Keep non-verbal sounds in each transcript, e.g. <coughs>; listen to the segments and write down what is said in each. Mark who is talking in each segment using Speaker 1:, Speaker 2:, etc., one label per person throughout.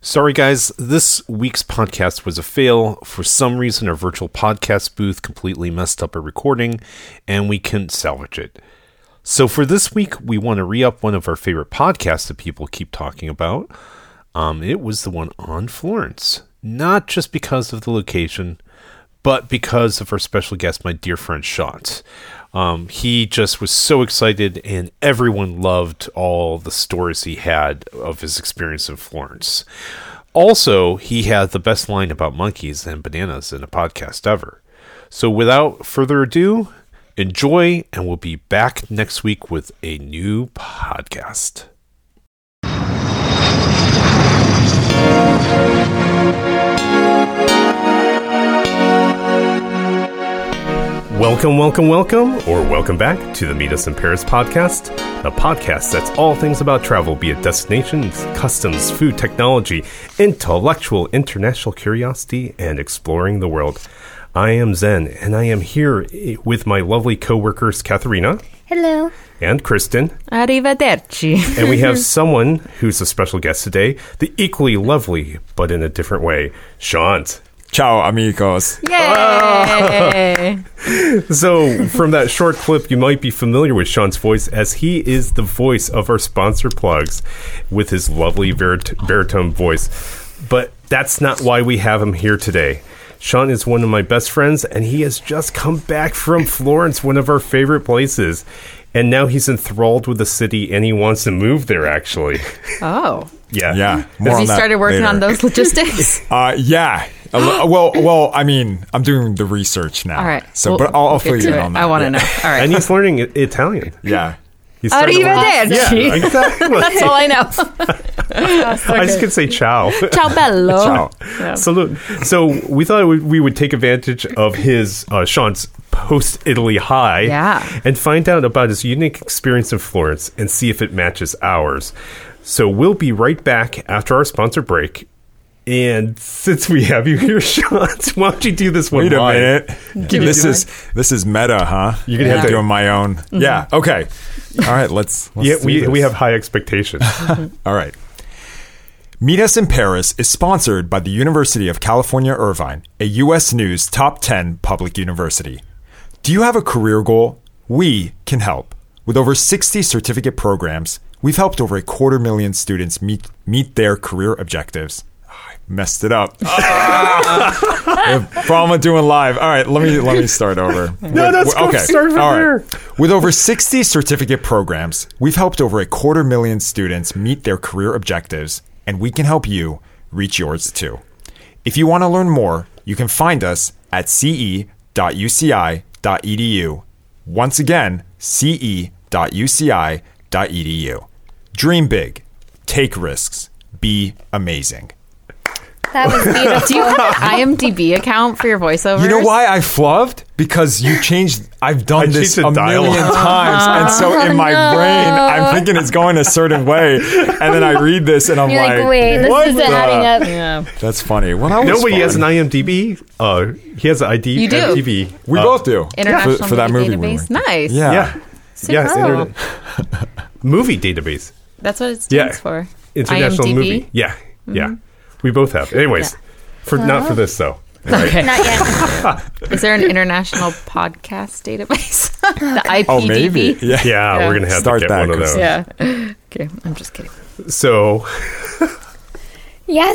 Speaker 1: Sorry, guys, this week's podcast was a fail. For some reason, our virtual podcast booth completely messed up a recording, and we couldn't salvage it. So, for this week, we want to re up one of our favorite podcasts that people keep talking about. Um, it was the one on Florence, not just because of the location, but because of our special guest, my dear friend Shot. Um, he just was so excited, and everyone loved all the stories he had of his experience in Florence. Also, he had the best line about monkeys and bananas in a podcast ever. So, without further ado, enjoy, and we'll be back next week with a new podcast. Welcome, welcome, welcome, or welcome back to the Meet Us in Paris podcast, the podcast that's all things about travel, be it destinations, customs, food, technology, intellectual, international curiosity, and exploring the world. I am Zen, and I am here eh, with my lovely coworkers, Katharina
Speaker 2: Hello.
Speaker 1: and Kristen,
Speaker 3: Arrivederci.
Speaker 1: and we have someone who's a special guest today, the equally lovely, but in a different way, Shant.
Speaker 4: Ciao, amigos.
Speaker 3: <laughs> Yay!
Speaker 1: So, from that short clip, you might be familiar with Sean's voice as he is the voice of our sponsor plugs with his lovely verit- baritone voice. But that's not why we have him here today. Sean is one of my best friends, and he has just come back from Florence, one of our favorite places. And now he's enthralled with the city and he wants to move there, actually. <laughs>
Speaker 3: oh.
Speaker 1: Yeah.
Speaker 4: Yeah,
Speaker 3: Have
Speaker 4: more
Speaker 3: you
Speaker 4: on that
Speaker 3: started working
Speaker 4: later.
Speaker 3: on those logistics?
Speaker 4: Uh, <laughs> yeah.
Speaker 3: <gasps>
Speaker 4: A lo- well, well, I mean, I'm doing the research now.
Speaker 3: All right.
Speaker 4: So,
Speaker 3: We'll-
Speaker 4: but I'll, I'll
Speaker 3: we'll
Speaker 4: fill
Speaker 3: get
Speaker 4: you in
Speaker 3: to it.
Speaker 4: on that.
Speaker 3: I want
Speaker 4: yeah.
Speaker 3: to know. All right.
Speaker 1: And he's learning I- Italian.
Speaker 4: Yeah.
Speaker 1: He's starting to learn-
Speaker 3: Arrivederci.
Speaker 1: Yeah, exactly.
Speaker 3: <laughs> That's all I
Speaker 4: <laughs>
Speaker 3: know.
Speaker 1: I just could say ciao.
Speaker 3: Ciao bello. <laughs>
Speaker 4: Ciao.
Speaker 3: Yeah.
Speaker 1: Salute. So we thought we- we would take advantage of his uh, Sean's post Italy high,
Speaker 3: Yeah.
Speaker 1: and find out about his unique experience in Florence and see if it matches ours. So we'll be right back after our sponsor break. And since we have you here, <laughs> Sean, why don't you do this one?
Speaker 4: Wait a
Speaker 1: live?
Speaker 4: minute.
Speaker 3: Give it
Speaker 4: This
Speaker 3: to
Speaker 4: is this is meta, huh? You're
Speaker 1: gonna have to-
Speaker 4: doing my own. Yeah. Okay. All right. Let's. let's
Speaker 1: Yeah,
Speaker 4: do
Speaker 1: we,
Speaker 4: this.
Speaker 1: we have high
Speaker 3: <laughs>
Speaker 1: expectations.
Speaker 4: All right. Meet Us in Paris is sponsored by the University of California, Irvine, a U.S. News top 10 public university. Do you have a career goal? We can help. With over 60 certificate programs, we've helped over a quarter million students meet, meet their career objectives. Ah, I messed it up. Brahma doing live. All right, let me let me
Speaker 1: <laughs>
Speaker 4: start over. no,
Speaker 1: that's cool. Start from there.
Speaker 4: With over 60 certificate programs, we've helped over a quarter million students meet their career objectives, and we can help you reach yours too. If you want to learn more, you can find us at ce.uci.edu. e Once again, ce.uci.edu. e Dream big, take risks, be amazing.
Speaker 2: That was beautiful.
Speaker 3: Do you have an IMDb account for your voiceovers?
Speaker 4: You know why I flubbed? Because you changed. I've done this
Speaker 1: changed the
Speaker 4: a million
Speaker 1: dialogue.
Speaker 4: times, and
Speaker 2: <laughs>
Speaker 4: so in my
Speaker 2: Oh, no.
Speaker 4: brain, I'm thinking it's going a certain way, and
Speaker 2: <laughs>
Speaker 4: then I read this, and I'm
Speaker 2: You're like, wait,
Speaker 4: what
Speaker 2: this isn't
Speaker 4: the-"
Speaker 2: adding up.
Speaker 3: Yeah.
Speaker 4: That's funny. Well, that was
Speaker 1: Nobody has an
Speaker 4: fun.
Speaker 1: IMDb. Uh, he has an ID.
Speaker 3: You do.
Speaker 1: IMDb.
Speaker 4: We
Speaker 1: Uh,
Speaker 4: both do
Speaker 3: International
Speaker 4: for, for that movie.
Speaker 3: movie
Speaker 4: we
Speaker 3: database.
Speaker 4: were-
Speaker 3: Nice.
Speaker 4: Yeah.
Speaker 1: Yeah.
Speaker 3: Super
Speaker 1: Yes,
Speaker 3: cool.
Speaker 1: internet- movie database.
Speaker 3: That's what it stands for.
Speaker 1: international
Speaker 3: IMDb?
Speaker 1: movie. Yeah, yeah. We both have. Anyways,
Speaker 3: Mm-hmm. Yeah. Uh-huh.
Speaker 1: for not for this though.
Speaker 3: Okay.
Speaker 2: Not yet.
Speaker 3: Is there an international podcast database? <laughs> the IPDB?
Speaker 4: Oh, maybe. Yeah.
Speaker 1: Yeah,
Speaker 3: Yeah.
Speaker 1: we're gonna have
Speaker 4: Start
Speaker 1: to get
Speaker 4: that,
Speaker 1: one of those.
Speaker 4: Kristen.
Speaker 3: Yeah. Okay. I'm just kidding.
Speaker 1: So
Speaker 2: Yeah,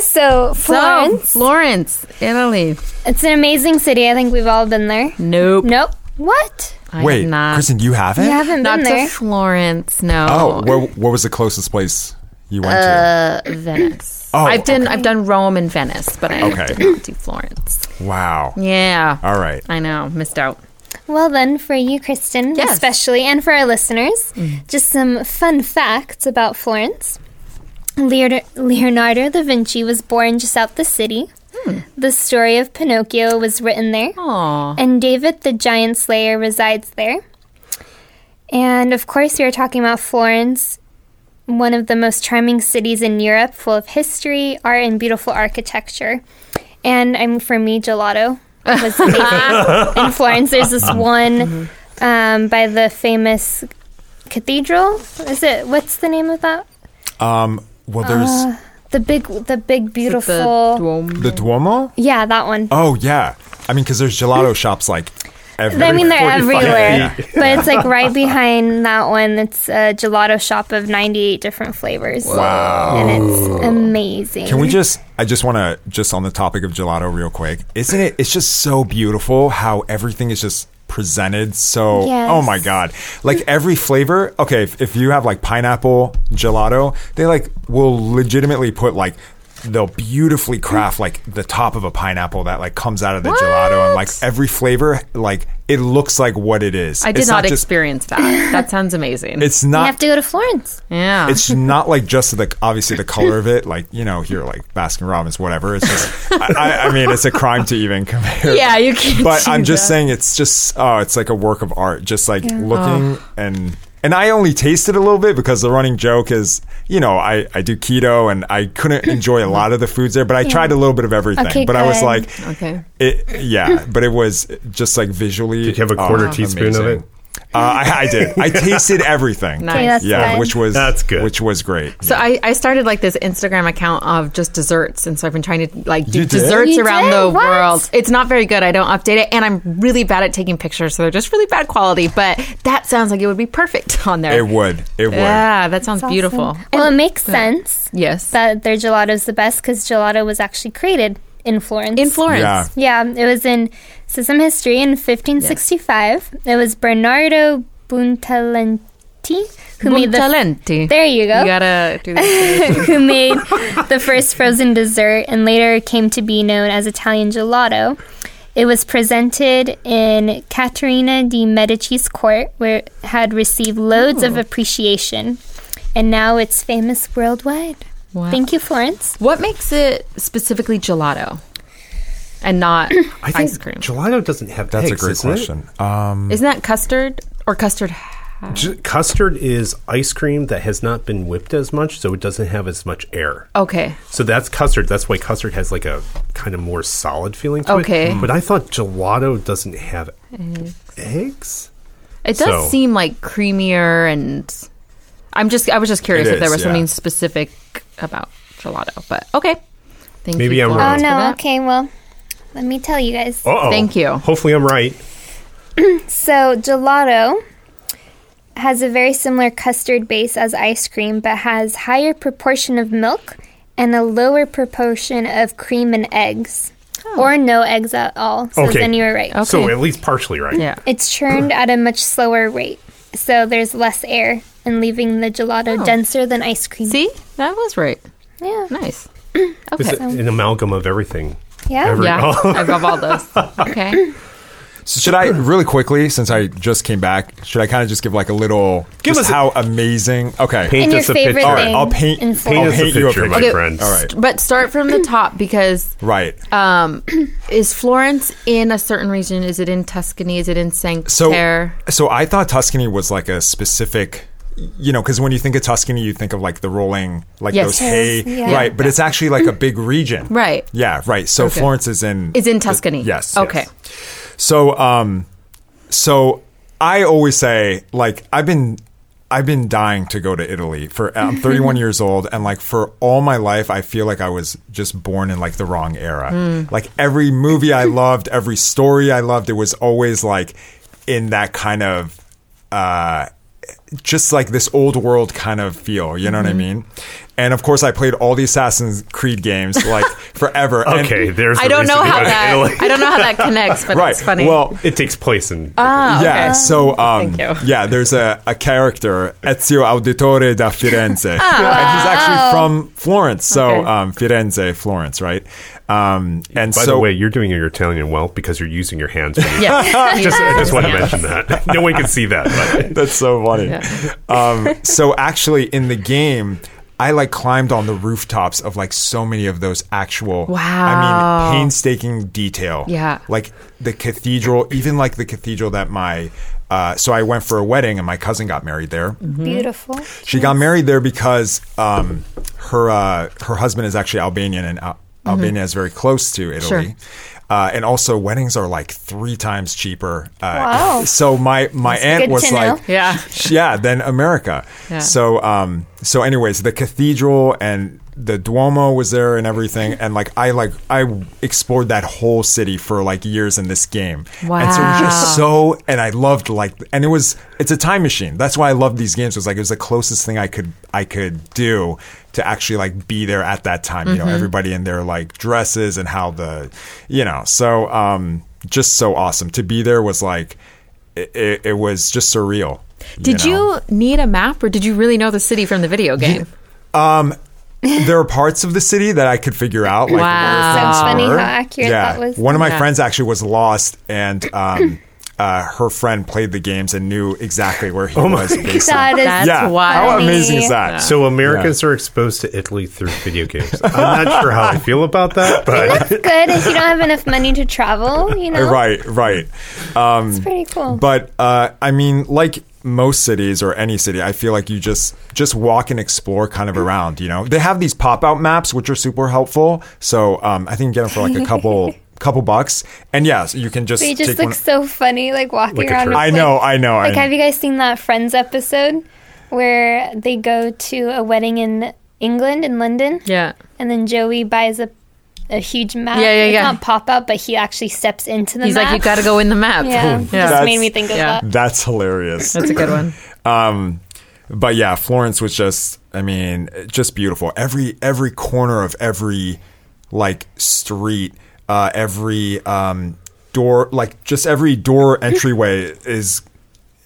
Speaker 3: So,
Speaker 2: so Florence.
Speaker 3: Florence, Italy.
Speaker 2: It's an amazing city. I think we've all been there.
Speaker 3: Nope.
Speaker 2: Nope. What?
Speaker 3: I
Speaker 4: Wait,
Speaker 3: have not.
Speaker 4: Kristen, you haven't?
Speaker 2: You haven't
Speaker 3: not
Speaker 2: been
Speaker 3: to
Speaker 2: there.
Speaker 3: Florence. No.
Speaker 4: Oh, where, what was the closest place you went
Speaker 3: Uh, Venice.
Speaker 4: Oh,
Speaker 3: I've done I've done Rome and Venice, but I
Speaker 4: Okay.
Speaker 3: did not do Florence.
Speaker 4: to? Wow.
Speaker 3: Yeah.
Speaker 4: All right.
Speaker 3: I know. Missed out.
Speaker 2: Well, then, for you, Kristen,
Speaker 3: Yes. Mm.
Speaker 2: especially, and for our listeners, just some fun facts about Florence. Leonardo, Leonardo da Vinci was born just out the city.
Speaker 3: Hmm.
Speaker 2: The story of Pinocchio was written there.
Speaker 3: Aw.
Speaker 2: And David the Giant Slayer resides there. And of course, we are talking about Florence, one of the most charming cities in Europe, full of history, art, and beautiful architecture. And I'm for me, gelato was amazing. in Florence, there's this one um, by the famous cathedral. Is it? What's the name of that?
Speaker 4: Um, well, there's
Speaker 2: The big, the big,
Speaker 3: The
Speaker 2: beautiful.
Speaker 3: Duomo.
Speaker 4: The Duomo?
Speaker 2: Yeah, that one.
Speaker 4: Oh, yeah. I mean, because there's gelato shops like every
Speaker 2: I mean, they're
Speaker 4: 45
Speaker 2: everywhere,
Speaker 4: feet.
Speaker 2: but it's like right behind that one. It's a gelato shop of 98 different flavors. Wow. And it's amazing.
Speaker 4: Can we just? I just want to just on the topic of gelato real quick. Isn't it? It's just so beautiful how everything is just presented. So
Speaker 2: Yes.
Speaker 4: oh my god, like every flavor. Okay, if, if you have like pineapple gelato, they like will legitimately put like. They'll beautifully craft like the top of a pineapple that like comes out of the gelato and like every flavor like it looks like what it is.
Speaker 3: I did
Speaker 4: It's
Speaker 3: not,
Speaker 4: just-
Speaker 3: experience that. That sounds amazing.
Speaker 4: It's
Speaker 2: You
Speaker 4: not
Speaker 2: have to go to Florence.
Speaker 3: yeah.
Speaker 4: it's not like just the obviously the color
Speaker 3: <laughs>
Speaker 4: of it, like you know here like Baskin Robbins, whatever. It's just I, I, I mean it's a crime to even compare.
Speaker 3: yeah, you can't.
Speaker 4: <laughs> but I'm
Speaker 3: do
Speaker 4: just
Speaker 3: that.
Speaker 4: saying it's just oh it's like a work of art, just like looking
Speaker 3: Oh.
Speaker 4: and and I only tasted a little bit because the running joke is you know I I do keto and I
Speaker 3: <laughs>
Speaker 4: couldn't enjoy a lot of the foods there, but I tried a little bit of everything.
Speaker 2: Okay,
Speaker 4: but I was
Speaker 2: good.
Speaker 4: like
Speaker 3: Okay.
Speaker 4: it, yeah, but it was just like visually.
Speaker 1: Did you have a quarter teaspoon of
Speaker 4: amazing.
Speaker 1: it?
Speaker 4: Uh, I, I
Speaker 3: <laughs>
Speaker 4: did. I tasted everything.
Speaker 3: Nice.
Speaker 2: Okay, that's
Speaker 4: Yeah,
Speaker 2: fine.
Speaker 4: which was
Speaker 1: That's good.
Speaker 4: Which was great.
Speaker 3: So I, I started like this Instagram account of just desserts, and so I've been trying to like do
Speaker 4: You did?
Speaker 3: desserts
Speaker 2: You
Speaker 3: around
Speaker 2: did?
Speaker 3: the
Speaker 2: What?
Speaker 3: world. It's not very good. I don't update it, and I'm really bad at taking pictures, so they're just really bad quality. But that sounds like it would be perfect <laughs> on there.
Speaker 4: It would. It would.
Speaker 3: Yeah, that sounds beautiful.
Speaker 2: Awesome. Well, it makes sense
Speaker 3: Yes,
Speaker 2: that their gelato is the best because gelato was actually created in Florence.
Speaker 3: in Florence.
Speaker 4: Yeah.
Speaker 2: Yeah, it was in System History in 1565. It was Bernardo Buntalenti who made the.
Speaker 3: Buntalenti.
Speaker 2: There you go.
Speaker 3: You gotta do
Speaker 2: <laughs>
Speaker 3: this.
Speaker 2: who made the first frozen dessert and later came to be known as Italian gelato. It was presented in Caterina di Medici's court, where it had received loads of appreciation, and now it's famous worldwide.
Speaker 3: Wow.
Speaker 2: Thank you, Florence.
Speaker 3: what makes it specifically gelato and
Speaker 4: <clears throat>
Speaker 3: not
Speaker 5: I think
Speaker 3: ice cream?
Speaker 5: Gelato doesn't have
Speaker 4: That's a
Speaker 5: eggs,
Speaker 4: great
Speaker 5: isn't it?
Speaker 4: question. Um,
Speaker 3: Isn't that custard or custard?
Speaker 5: G- custard is ice cream that has not been whipped as much, so it doesn't have as much air.
Speaker 3: Okay,
Speaker 5: So that's custard. That's why custard has like a kind of more solid feeling to it.
Speaker 3: Okay. Mm.
Speaker 5: But I thought gelato doesn't have eggs.
Speaker 3: It does
Speaker 5: So-
Speaker 3: seem like creamier, and I'm just I was just curious
Speaker 4: It
Speaker 3: if there
Speaker 4: is,
Speaker 3: was
Speaker 4: yeah.
Speaker 3: something specific about gelato, but okay. Thank
Speaker 5: Maybe
Speaker 3: you.
Speaker 5: I'm
Speaker 3: Florence,
Speaker 2: Oh
Speaker 5: wrong.
Speaker 3: for
Speaker 2: no!
Speaker 3: that.
Speaker 2: Okay, well, let me tell you guys.
Speaker 5: Uh-oh.
Speaker 3: Thank you.
Speaker 5: Hopefully I'm right.
Speaker 2: So, gelato has a very similar custard base as ice cream, but has higher proportion of milk and a lower proportion of cream and eggs, or no eggs at all. So
Speaker 5: Okay.
Speaker 2: then you were right.
Speaker 3: Oh. Okay.
Speaker 5: So at least partially right.
Speaker 3: Yeah.
Speaker 2: It's churned at a much slower rate, so there's less air and leaving the gelato denser than ice cream.
Speaker 3: Oh. See, that was right.
Speaker 2: Yeah.
Speaker 3: Nice.
Speaker 5: It's
Speaker 3: Okay.
Speaker 5: an amalgam of everything.
Speaker 2: Yeah.
Speaker 5: Every- <laughs>
Speaker 4: <laughs>
Speaker 5: Oh.
Speaker 3: Yeah,
Speaker 4: Oh.
Speaker 3: I love all those. Okay.
Speaker 4: so should I really quickly, since I just came back, should I kind of just give like a little?
Speaker 5: Give
Speaker 4: just
Speaker 5: us a-
Speaker 4: how amazing. Okay.
Speaker 5: Paint
Speaker 2: And your
Speaker 5: us a
Speaker 2: favorite
Speaker 5: picture.
Speaker 4: All
Speaker 2: thing
Speaker 4: right. I'll paint.
Speaker 2: in
Speaker 4: I'll
Speaker 5: Paint us
Speaker 2: Florence.
Speaker 5: a
Speaker 4: paint you a
Speaker 5: picture,
Speaker 4: picture.
Speaker 5: my
Speaker 3: Okay.
Speaker 5: friend.
Speaker 4: All right.
Speaker 3: But start from the top because
Speaker 4: Right.
Speaker 3: um, <clears throat> is Florence in a certain region? Is it in Tuscany? Is it in Saint
Speaker 4: so
Speaker 3: Terre?
Speaker 4: so I thought Tuscany was like a specific. You know, because when you think of Tuscany, you think of like the rolling, like
Speaker 3: Yes.
Speaker 4: those hay,
Speaker 2: Yes, yeah.
Speaker 4: right? But it's actually like a big region,
Speaker 3: Right.
Speaker 4: Yeah, right. So
Speaker 3: Okay.
Speaker 4: Florence is in
Speaker 3: Is in Tuscany.
Speaker 4: yes.
Speaker 3: Okay.
Speaker 4: So um so I always say like I've been I've been dying to go to Italy for I'm 31 years old and like for all my life I feel like I was just born in like the wrong era. Like every movie I <laughs> loved, every story I loved, it was always like in that kind of uh just like this old world kind of feel, you know what I mean? And of course, I played all the Assassin's Creed games like forever. and-
Speaker 5: Okay, there's
Speaker 3: I
Speaker 5: the
Speaker 3: don't
Speaker 5: reason
Speaker 3: know
Speaker 5: to
Speaker 3: how
Speaker 5: go to Italy.
Speaker 3: that I don't know how that
Speaker 4: <laughs>
Speaker 3: connects, but
Speaker 4: right.
Speaker 3: it's funny.
Speaker 4: Well,
Speaker 5: <laughs> It takes place in
Speaker 3: Ah. <laughs>
Speaker 4: yeah. So, um,
Speaker 3: Thank you.
Speaker 4: yeah, there's a, a character, Ezio Auditore da
Speaker 3: <laughs>
Speaker 4: Firenze. and he's actually from Florence. So,
Speaker 3: Ah, Okay.
Speaker 4: um, Firenze, Florence, right? Um, and
Speaker 5: By
Speaker 4: so,
Speaker 5: the way, you're doing your Italian well because you're using your hands.
Speaker 3: <laughs>
Speaker 5: when you-
Speaker 3: yes.
Speaker 5: Just, I just want to
Speaker 3: Yeah.
Speaker 5: mention that. No one can see that.
Speaker 3: <laughs>
Speaker 5: But.
Speaker 4: <laughs> That's so funny.
Speaker 3: Yeah.
Speaker 4: <laughs> Um, so actually, in the game, I like climbed on the rooftops of like so many of those actual. I
Speaker 3: Wow.
Speaker 4: mean, painstaking detail.
Speaker 3: Yeah.
Speaker 4: Like the cathedral, even like the cathedral that my. Uh, so I went for a wedding, and my cousin got married there.
Speaker 2: Beautiful.
Speaker 4: She got married there because um, her uh, her husband is actually Albanian, and Al-
Speaker 2: Mm-hmm.
Speaker 4: Albania is very close to Italy.
Speaker 3: Sure.
Speaker 4: Uh, and also, weddings are like three times cheaper. Uh, <laughs>
Speaker 2: Wow.
Speaker 4: So my my aunt
Speaker 2: good
Speaker 4: was
Speaker 2: to know.
Speaker 4: like, <laughs>
Speaker 3: Yeah.
Speaker 4: sh- yeah, then America.
Speaker 3: Yeah.
Speaker 4: So um, so anyways, the cathedral and the Duomo was there and everything, and like I like I explored that whole city for like years in this game. And so it was just
Speaker 3: Wow.
Speaker 4: so, and I loved like, and it was it's a time machine. That's why I loved these games. It was like it was the closest thing I could I could do to actually like be there at that time.
Speaker 2: Mm-hmm.
Speaker 4: You know, everybody in their like dresses and how the, you know, so um, just so awesome to be there was like, it, it, it was just surreal.
Speaker 3: Did
Speaker 4: know?
Speaker 3: you need a map or did you really know the city from the video game?
Speaker 4: there are parts of the city that I could figure out. Like,
Speaker 3: Wow.
Speaker 4: where
Speaker 2: So funny
Speaker 4: things were.
Speaker 2: how accurate that was.
Speaker 4: One of my
Speaker 3: Yeah.
Speaker 4: friends actually was lost, and um, <clears throat> uh, her friend played the games and knew exactly where he was. based on-
Speaker 2: That is
Speaker 3: That's
Speaker 4: yeah,
Speaker 3: wild.
Speaker 4: how amazing is
Speaker 2: funny.
Speaker 4: that?
Speaker 1: So Americans are exposed to Italy through video games. I'm not sure
Speaker 5: <laughs>
Speaker 1: how I feel about that, but
Speaker 2: good if you don't have enough money to travel, you know?
Speaker 4: Right, right.
Speaker 2: It's pretty cool.
Speaker 4: But uh, I mean, like most cities or any city, I feel like you just just walk and explore kind of around. You know, they have these pop out maps which are super helpful. So um, I think you get them for like a couple couple bucks, and yes, you can just
Speaker 2: they just
Speaker 4: take
Speaker 2: look
Speaker 4: one-
Speaker 2: so funny, like walking
Speaker 1: Like a
Speaker 2: around.
Speaker 1: turtle.
Speaker 2: with,
Speaker 4: I know, I know,
Speaker 2: Like,
Speaker 4: I know.
Speaker 2: have you guys seen that Friends episode where they go to a wedding in England, in London?
Speaker 3: Yeah.
Speaker 2: And then Joey buys a, a huge map.
Speaker 3: Yeah, yeah,
Speaker 2: It's
Speaker 3: yeah.
Speaker 2: not pop up, but he actually steps into the
Speaker 3: He's
Speaker 2: map.
Speaker 3: like, you got to go in the map.
Speaker 2: <laughs> Yeah,
Speaker 3: yeah.
Speaker 2: just
Speaker 4: That's-
Speaker 2: made me think of
Speaker 3: yeah.
Speaker 2: that.
Speaker 4: That's hilarious.
Speaker 3: That's a good one.
Speaker 4: Um, but yeah, Florence was just, I mean, just beautiful. Every every corner of every like street, uh, every um, door, like just every door entryway is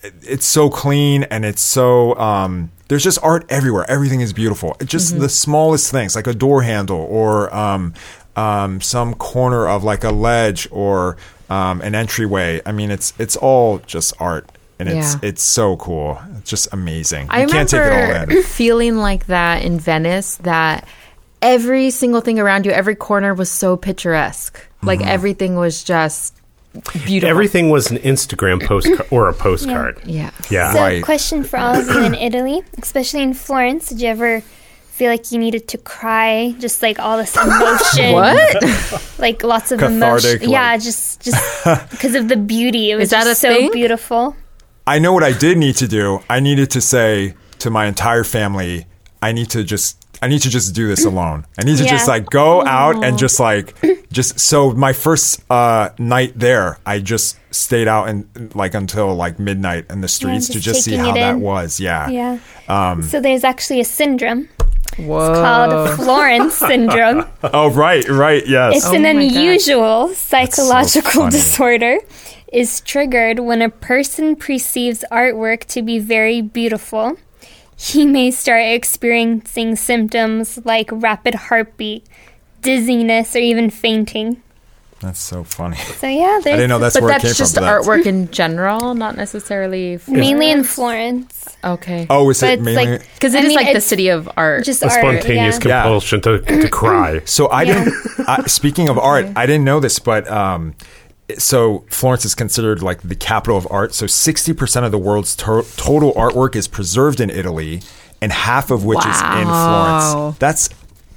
Speaker 4: it's so clean and it's so um there's just art everywhere everything is beautiful It's just
Speaker 3: Mm-hmm.
Speaker 4: the smallest things like a door handle or um um some corner of like a ledge or um an entryway i mean it's it's all just art and it's
Speaker 3: Yeah.
Speaker 4: it's so cool it's just amazing
Speaker 3: I
Speaker 4: <laughs> you can't take it all
Speaker 3: remember
Speaker 4: in
Speaker 3: feeling like that in Venice that every single thing around you, every corner was so picturesque. Like
Speaker 4: Mm-hmm.
Speaker 3: everything was just beautiful.
Speaker 1: everything was an Instagram postcard or a postcard.
Speaker 3: Yeah.
Speaker 1: Yeah.
Speaker 2: So,
Speaker 4: Right.
Speaker 2: question for all of you in Italy, especially in Florence, did you ever feel like you needed to cry? Just like all this
Speaker 3: <laughs>
Speaker 2: emotion,
Speaker 3: What?
Speaker 2: <laughs> like lots of
Speaker 4: Cathartic,
Speaker 2: emotion. Yeah,
Speaker 4: like-
Speaker 2: just
Speaker 4: <laughs>
Speaker 2: just because of the beauty. It was
Speaker 3: that
Speaker 2: just
Speaker 3: a
Speaker 2: so
Speaker 3: thing?
Speaker 2: beautiful.
Speaker 4: i know what i did need to do i needed to say to my entire family i need to just I need to just do this alone. I need to
Speaker 2: Yeah.
Speaker 4: just like go out and just like just so my first uh night there, I just stayed out and like until like midnight in the streets to
Speaker 2: just
Speaker 4: just see
Speaker 2: taking
Speaker 4: how
Speaker 2: it
Speaker 4: that
Speaker 2: in.
Speaker 4: was. Yeah.
Speaker 2: Yeah.
Speaker 4: Um,
Speaker 2: so there's actually a syndrome
Speaker 3: Whoa.
Speaker 2: called Florence
Speaker 4: <laughs>
Speaker 2: syndrome.
Speaker 4: Oh right, right, yes.
Speaker 2: It's an
Speaker 3: my gosh.
Speaker 2: unusual psychological
Speaker 4: funny.
Speaker 2: disorder is triggered when a person perceives artwork to be very beautiful. He may start experiencing symptoms like rapid heartbeat, dizziness, or even fainting.
Speaker 4: That's so funny.
Speaker 2: So yeah,
Speaker 4: I
Speaker 2: there's
Speaker 4: didn't know that's
Speaker 3: But
Speaker 4: where it
Speaker 3: that's
Speaker 4: came
Speaker 3: just
Speaker 4: from. but that's-
Speaker 3: artwork in general, not necessarily.
Speaker 2: mainly in Florence.
Speaker 3: Okay.
Speaker 4: Oh, is
Speaker 2: But
Speaker 4: it
Speaker 2: it's
Speaker 4: mainly
Speaker 2: like
Speaker 3: Because it
Speaker 2: I
Speaker 3: is
Speaker 2: mean,
Speaker 3: like the
Speaker 2: it's
Speaker 3: city of art.
Speaker 2: Just
Speaker 1: A
Speaker 2: art,
Speaker 1: spontaneous
Speaker 2: yeah.
Speaker 4: Yeah.
Speaker 1: compulsion to,
Speaker 3: <clears throat>
Speaker 1: to cry.
Speaker 4: So I didn't. <laughs> I, speaking of art, I didn't know this, but um, so Florence is considered like the capital of art. So sixty percent of the world's to- total artwork is preserved in Italy, and half of which is in
Speaker 3: Wow.
Speaker 4: Florence. That's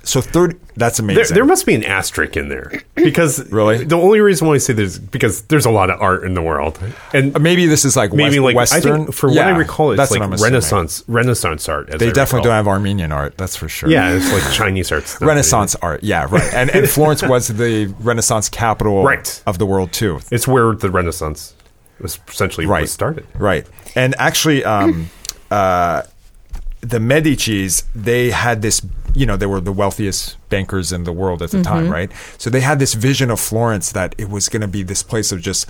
Speaker 4: so third. That's amazing.
Speaker 1: There, there must be an asterisk in there because
Speaker 4: Really?
Speaker 1: the only reason why I say there's because there's a lot of art in the world and
Speaker 4: Uh, Maybe this is like
Speaker 1: maybe
Speaker 4: West-
Speaker 1: like
Speaker 4: Western.
Speaker 1: I think for
Speaker 4: Yeah,
Speaker 1: what I recall it's
Speaker 4: that's what I'm
Speaker 1: like
Speaker 4: assuming.
Speaker 1: Renaissance Renaissance art. As
Speaker 4: They
Speaker 1: I
Speaker 4: definitely don't
Speaker 1: recall.
Speaker 4: have Armenian art. That's for sure.
Speaker 1: Yeah, it's like Chinese
Speaker 4: <laughs>
Speaker 1: art.
Speaker 4: Renaissance art, yeah, right, and and Florence was the Renaissance capital
Speaker 1: Right.
Speaker 4: of the world too.
Speaker 1: It's where the Renaissance was essentially
Speaker 4: right
Speaker 1: was started.
Speaker 4: right and actually
Speaker 1: <clears throat>
Speaker 4: um uh the medicis they had this you know they were the wealthiest bankers in the world at the
Speaker 1: Mm-hmm.
Speaker 4: time right so they had this vision of florence that it was going to be this place of just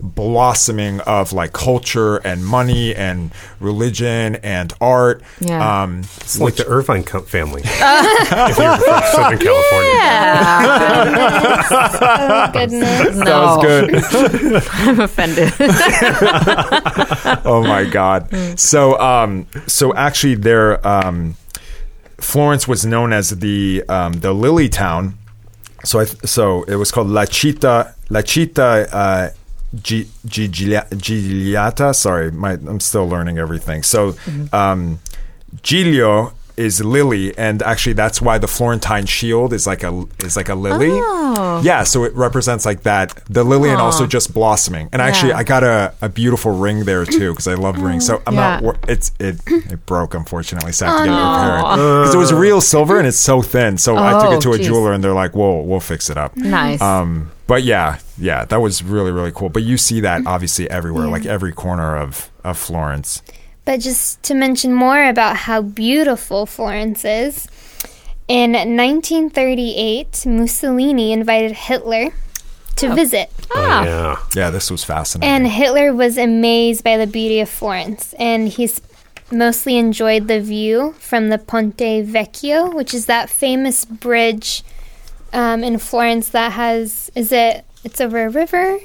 Speaker 4: blossoming of like culture and money and religion and art
Speaker 3: Yeah.
Speaker 4: um
Speaker 1: It's like the Irvine co- family. if you're from Southern California.
Speaker 2: Oh goodness.
Speaker 3: no.
Speaker 4: that was
Speaker 1: <laughs>
Speaker 4: good
Speaker 3: <laughs> I'm offended.
Speaker 4: <laughs> oh my god so um so actually there um florence was known as the um the lily town so i th- so it was called la Città la Città uh Gi- Gigilia- Gigliata, sorry, my, I'm still learning everything. So, um, Giglio is lily, and actually that's why the Florentine shield is like a is like a lily.
Speaker 3: Oh.
Speaker 4: Yeah, so it represents like that the lily, and
Speaker 3: Aw.
Speaker 4: also just blossoming. And actually,
Speaker 3: Yeah. Mm,
Speaker 4: I got a, a beautiful ring there too because I love rings. So I'm not.
Speaker 3: Yeah.
Speaker 4: wor- It's it it broke unfortunately, so I have to get it repaired because it was real silver and it's so thin. So I took
Speaker 3: Oh, Mm.
Speaker 4: it to a
Speaker 3: geez.
Speaker 4: jeweler, and they're like, "Whoa, we'll fix it up."
Speaker 3: Nice.
Speaker 4: Um, but yeah, yeah, that was really really cool. But you see
Speaker 3: Mm.
Speaker 4: that obviously everywhere, like every corner of of Florence.
Speaker 2: But just to mention more about how beautiful Florence is, in 1938, Mussolini invited Hitler to visit,
Speaker 3: Ah.
Speaker 1: Oh, Yeah.
Speaker 4: Yeah, this was fascinating.
Speaker 2: and Hitler was amazed by the beauty of Florence, and he's mostly enjoyed the view from the Ponte Vecchio, which is that famous bridge um, in Florence that has is it it's over a river,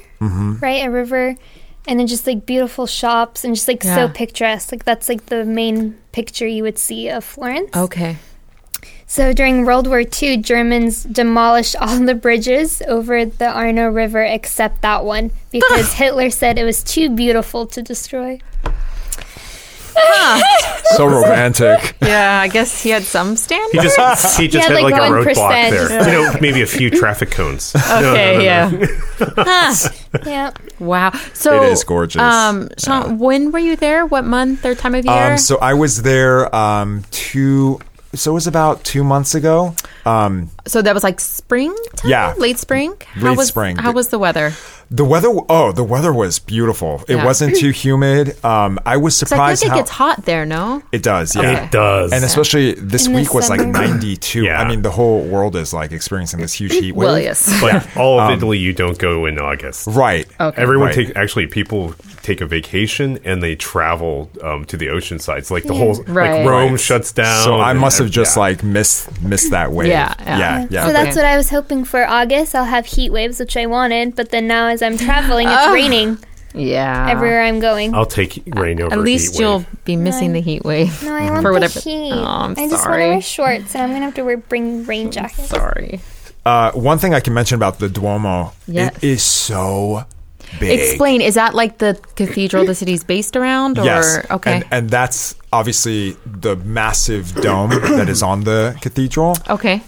Speaker 2: right? A river. And then just like beautiful shops and just like so
Speaker 3: Yeah.
Speaker 2: picturesque. Like that's like the main picture you would see of Florence.
Speaker 3: okay.
Speaker 2: So during World War II, Germans demolished all the bridges over the Arno River except that one
Speaker 3: <laughs>
Speaker 2: because Hitler said it was too beautiful to destroy.
Speaker 3: <laughs>
Speaker 4: so romantic.
Speaker 3: Yeah, I guess he had some
Speaker 1: He <laughs>
Speaker 3: standards.
Speaker 1: just he just
Speaker 2: had,
Speaker 1: had,
Speaker 2: like,
Speaker 1: like, a
Speaker 2: 1%.
Speaker 1: roadblock there. You know, maybe a few traffic cones. No, no,
Speaker 3: Okay,
Speaker 1: no,
Speaker 4: <laughs>
Speaker 1: no.
Speaker 3: yeah.
Speaker 2: Yeah.
Speaker 3: Wow. So
Speaker 4: It is gorgeous.
Speaker 3: Um, Sean, when were you there? What month or time of year?
Speaker 4: Um, so I was there um, two. So it was about two months ago. Um,
Speaker 3: So that was like spring,
Speaker 4: Yeah.
Speaker 3: late spring.
Speaker 4: Late
Speaker 3: was,
Speaker 4: spring.
Speaker 3: How was the weather?
Speaker 4: the weather. Oh, the weather was beautiful. It
Speaker 3: Yeah. <clears throat>
Speaker 4: wasn't too humid. Um, I was
Speaker 3: So I
Speaker 4: surprised
Speaker 3: feel like
Speaker 4: how
Speaker 3: it gets hot there. No.
Speaker 4: it does. Yeah.
Speaker 1: It does.
Speaker 4: and especially this
Speaker 2: In the
Speaker 4: week was like
Speaker 2: summer.
Speaker 4: 92.
Speaker 1: Yeah.
Speaker 4: I mean, the whole world is like experiencing this huge heat wave.
Speaker 3: Well, yes.
Speaker 1: but
Speaker 4: Um,
Speaker 1: all of Italy you don't go in August.
Speaker 4: Right.
Speaker 1: Everyone
Speaker 4: Right.
Speaker 1: take actually people take a vacation and they travel um, to the ocean sides. Like the whole
Speaker 3: Right.
Speaker 1: like Rome
Speaker 4: Right.
Speaker 1: shuts down.
Speaker 4: So I
Speaker 1: and-
Speaker 4: must have just
Speaker 1: yeah.
Speaker 4: like missed missed that wave.
Speaker 3: Yeah, yeah.
Speaker 4: Yeah. Yeah.
Speaker 2: So that's
Speaker 3: Okay.
Speaker 2: what I was hoping for August. I'll have heat waves, which I wanted, but then now as I'm traveling,
Speaker 3: <laughs>
Speaker 2: it's
Speaker 3: Oh.
Speaker 2: raining
Speaker 3: <laughs> Yeah.
Speaker 4: Ah.
Speaker 2: everywhere I'm
Speaker 4: Oh.
Speaker 2: going.
Speaker 1: I'll take rain over.
Speaker 3: At least
Speaker 1: heat
Speaker 3: you'll
Speaker 1: wave.
Speaker 3: be missing the heat wave.
Speaker 2: No,
Speaker 3: <laughs>
Speaker 2: I want
Speaker 3: For
Speaker 2: the
Speaker 3: whatever-
Speaker 2: heat.
Speaker 3: Oh, I'm
Speaker 2: I just want to
Speaker 3: sorry.
Speaker 2: wear shorts, and I'm gonna have to wear bring rain jackets.
Speaker 3: Sorry.
Speaker 4: Uh, one thing I can mention about the Duomo,
Speaker 3: Yes.
Speaker 4: it is so big.
Speaker 3: Explain. Is that like the cathedral the city's based around? Or
Speaker 4: Yes.
Speaker 3: okay.
Speaker 4: And, and that's obviously the massive dome that is on the cathedral.
Speaker 3: okay.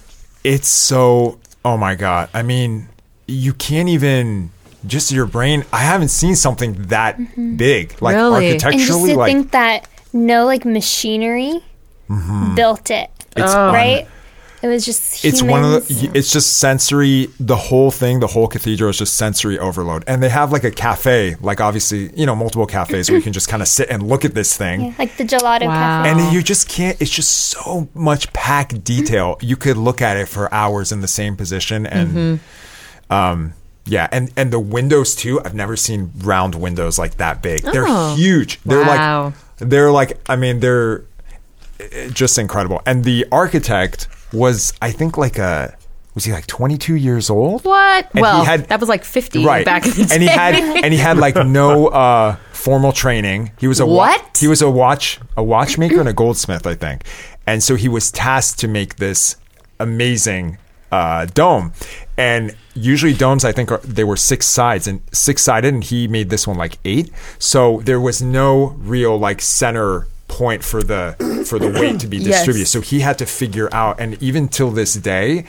Speaker 4: It's so, oh my God. I mean, you can't even, just your brain, I haven't seen something that big. Like
Speaker 3: Really? And just
Speaker 2: And just
Speaker 4: architecturally,
Speaker 2: to
Speaker 4: like,
Speaker 2: think that no like machinery built it,
Speaker 4: Mm-hmm. it's
Speaker 3: Oh.
Speaker 2: right? It was just humans.
Speaker 4: it's one of the y- it's just sensory the whole thing the whole cathedral is just sensory overload and they have like a cafe like obviously you know multiple cafes where you can just kind of sit and look at this thing
Speaker 2: Yeah, like the gelato
Speaker 3: Wow.
Speaker 2: cafe.
Speaker 4: and you just can't it's just so much packed detail
Speaker 3: Mm-hmm.
Speaker 4: you could look at it for hours in the same position and
Speaker 3: Mm-hmm.
Speaker 4: um yeah and and the windows too i've never seen round windows like that big they're
Speaker 3: Oh.
Speaker 4: huge they're
Speaker 3: Wow.
Speaker 4: like they're like i mean they're eh, just incredible and the architect was i think like a was he like 22 years old
Speaker 3: What?
Speaker 4: And he
Speaker 3: well,
Speaker 4: had-
Speaker 3: that was like 50
Speaker 4: right
Speaker 3: back in the day.
Speaker 4: and
Speaker 3: <laughs>
Speaker 4: he had and he had like no uh formal training he was a wa-
Speaker 3: What?
Speaker 4: he was a watch a watchmaker and a goldsmith i think and so he was tasked to make this amazing uh dome and usually domes i think are they were six sides and six sided and he made this one like eight so there was no real like center point for the for the weight to
Speaker 3: <coughs>
Speaker 4: be
Speaker 3: Yes.
Speaker 4: distributed so he had to figure out and even till this day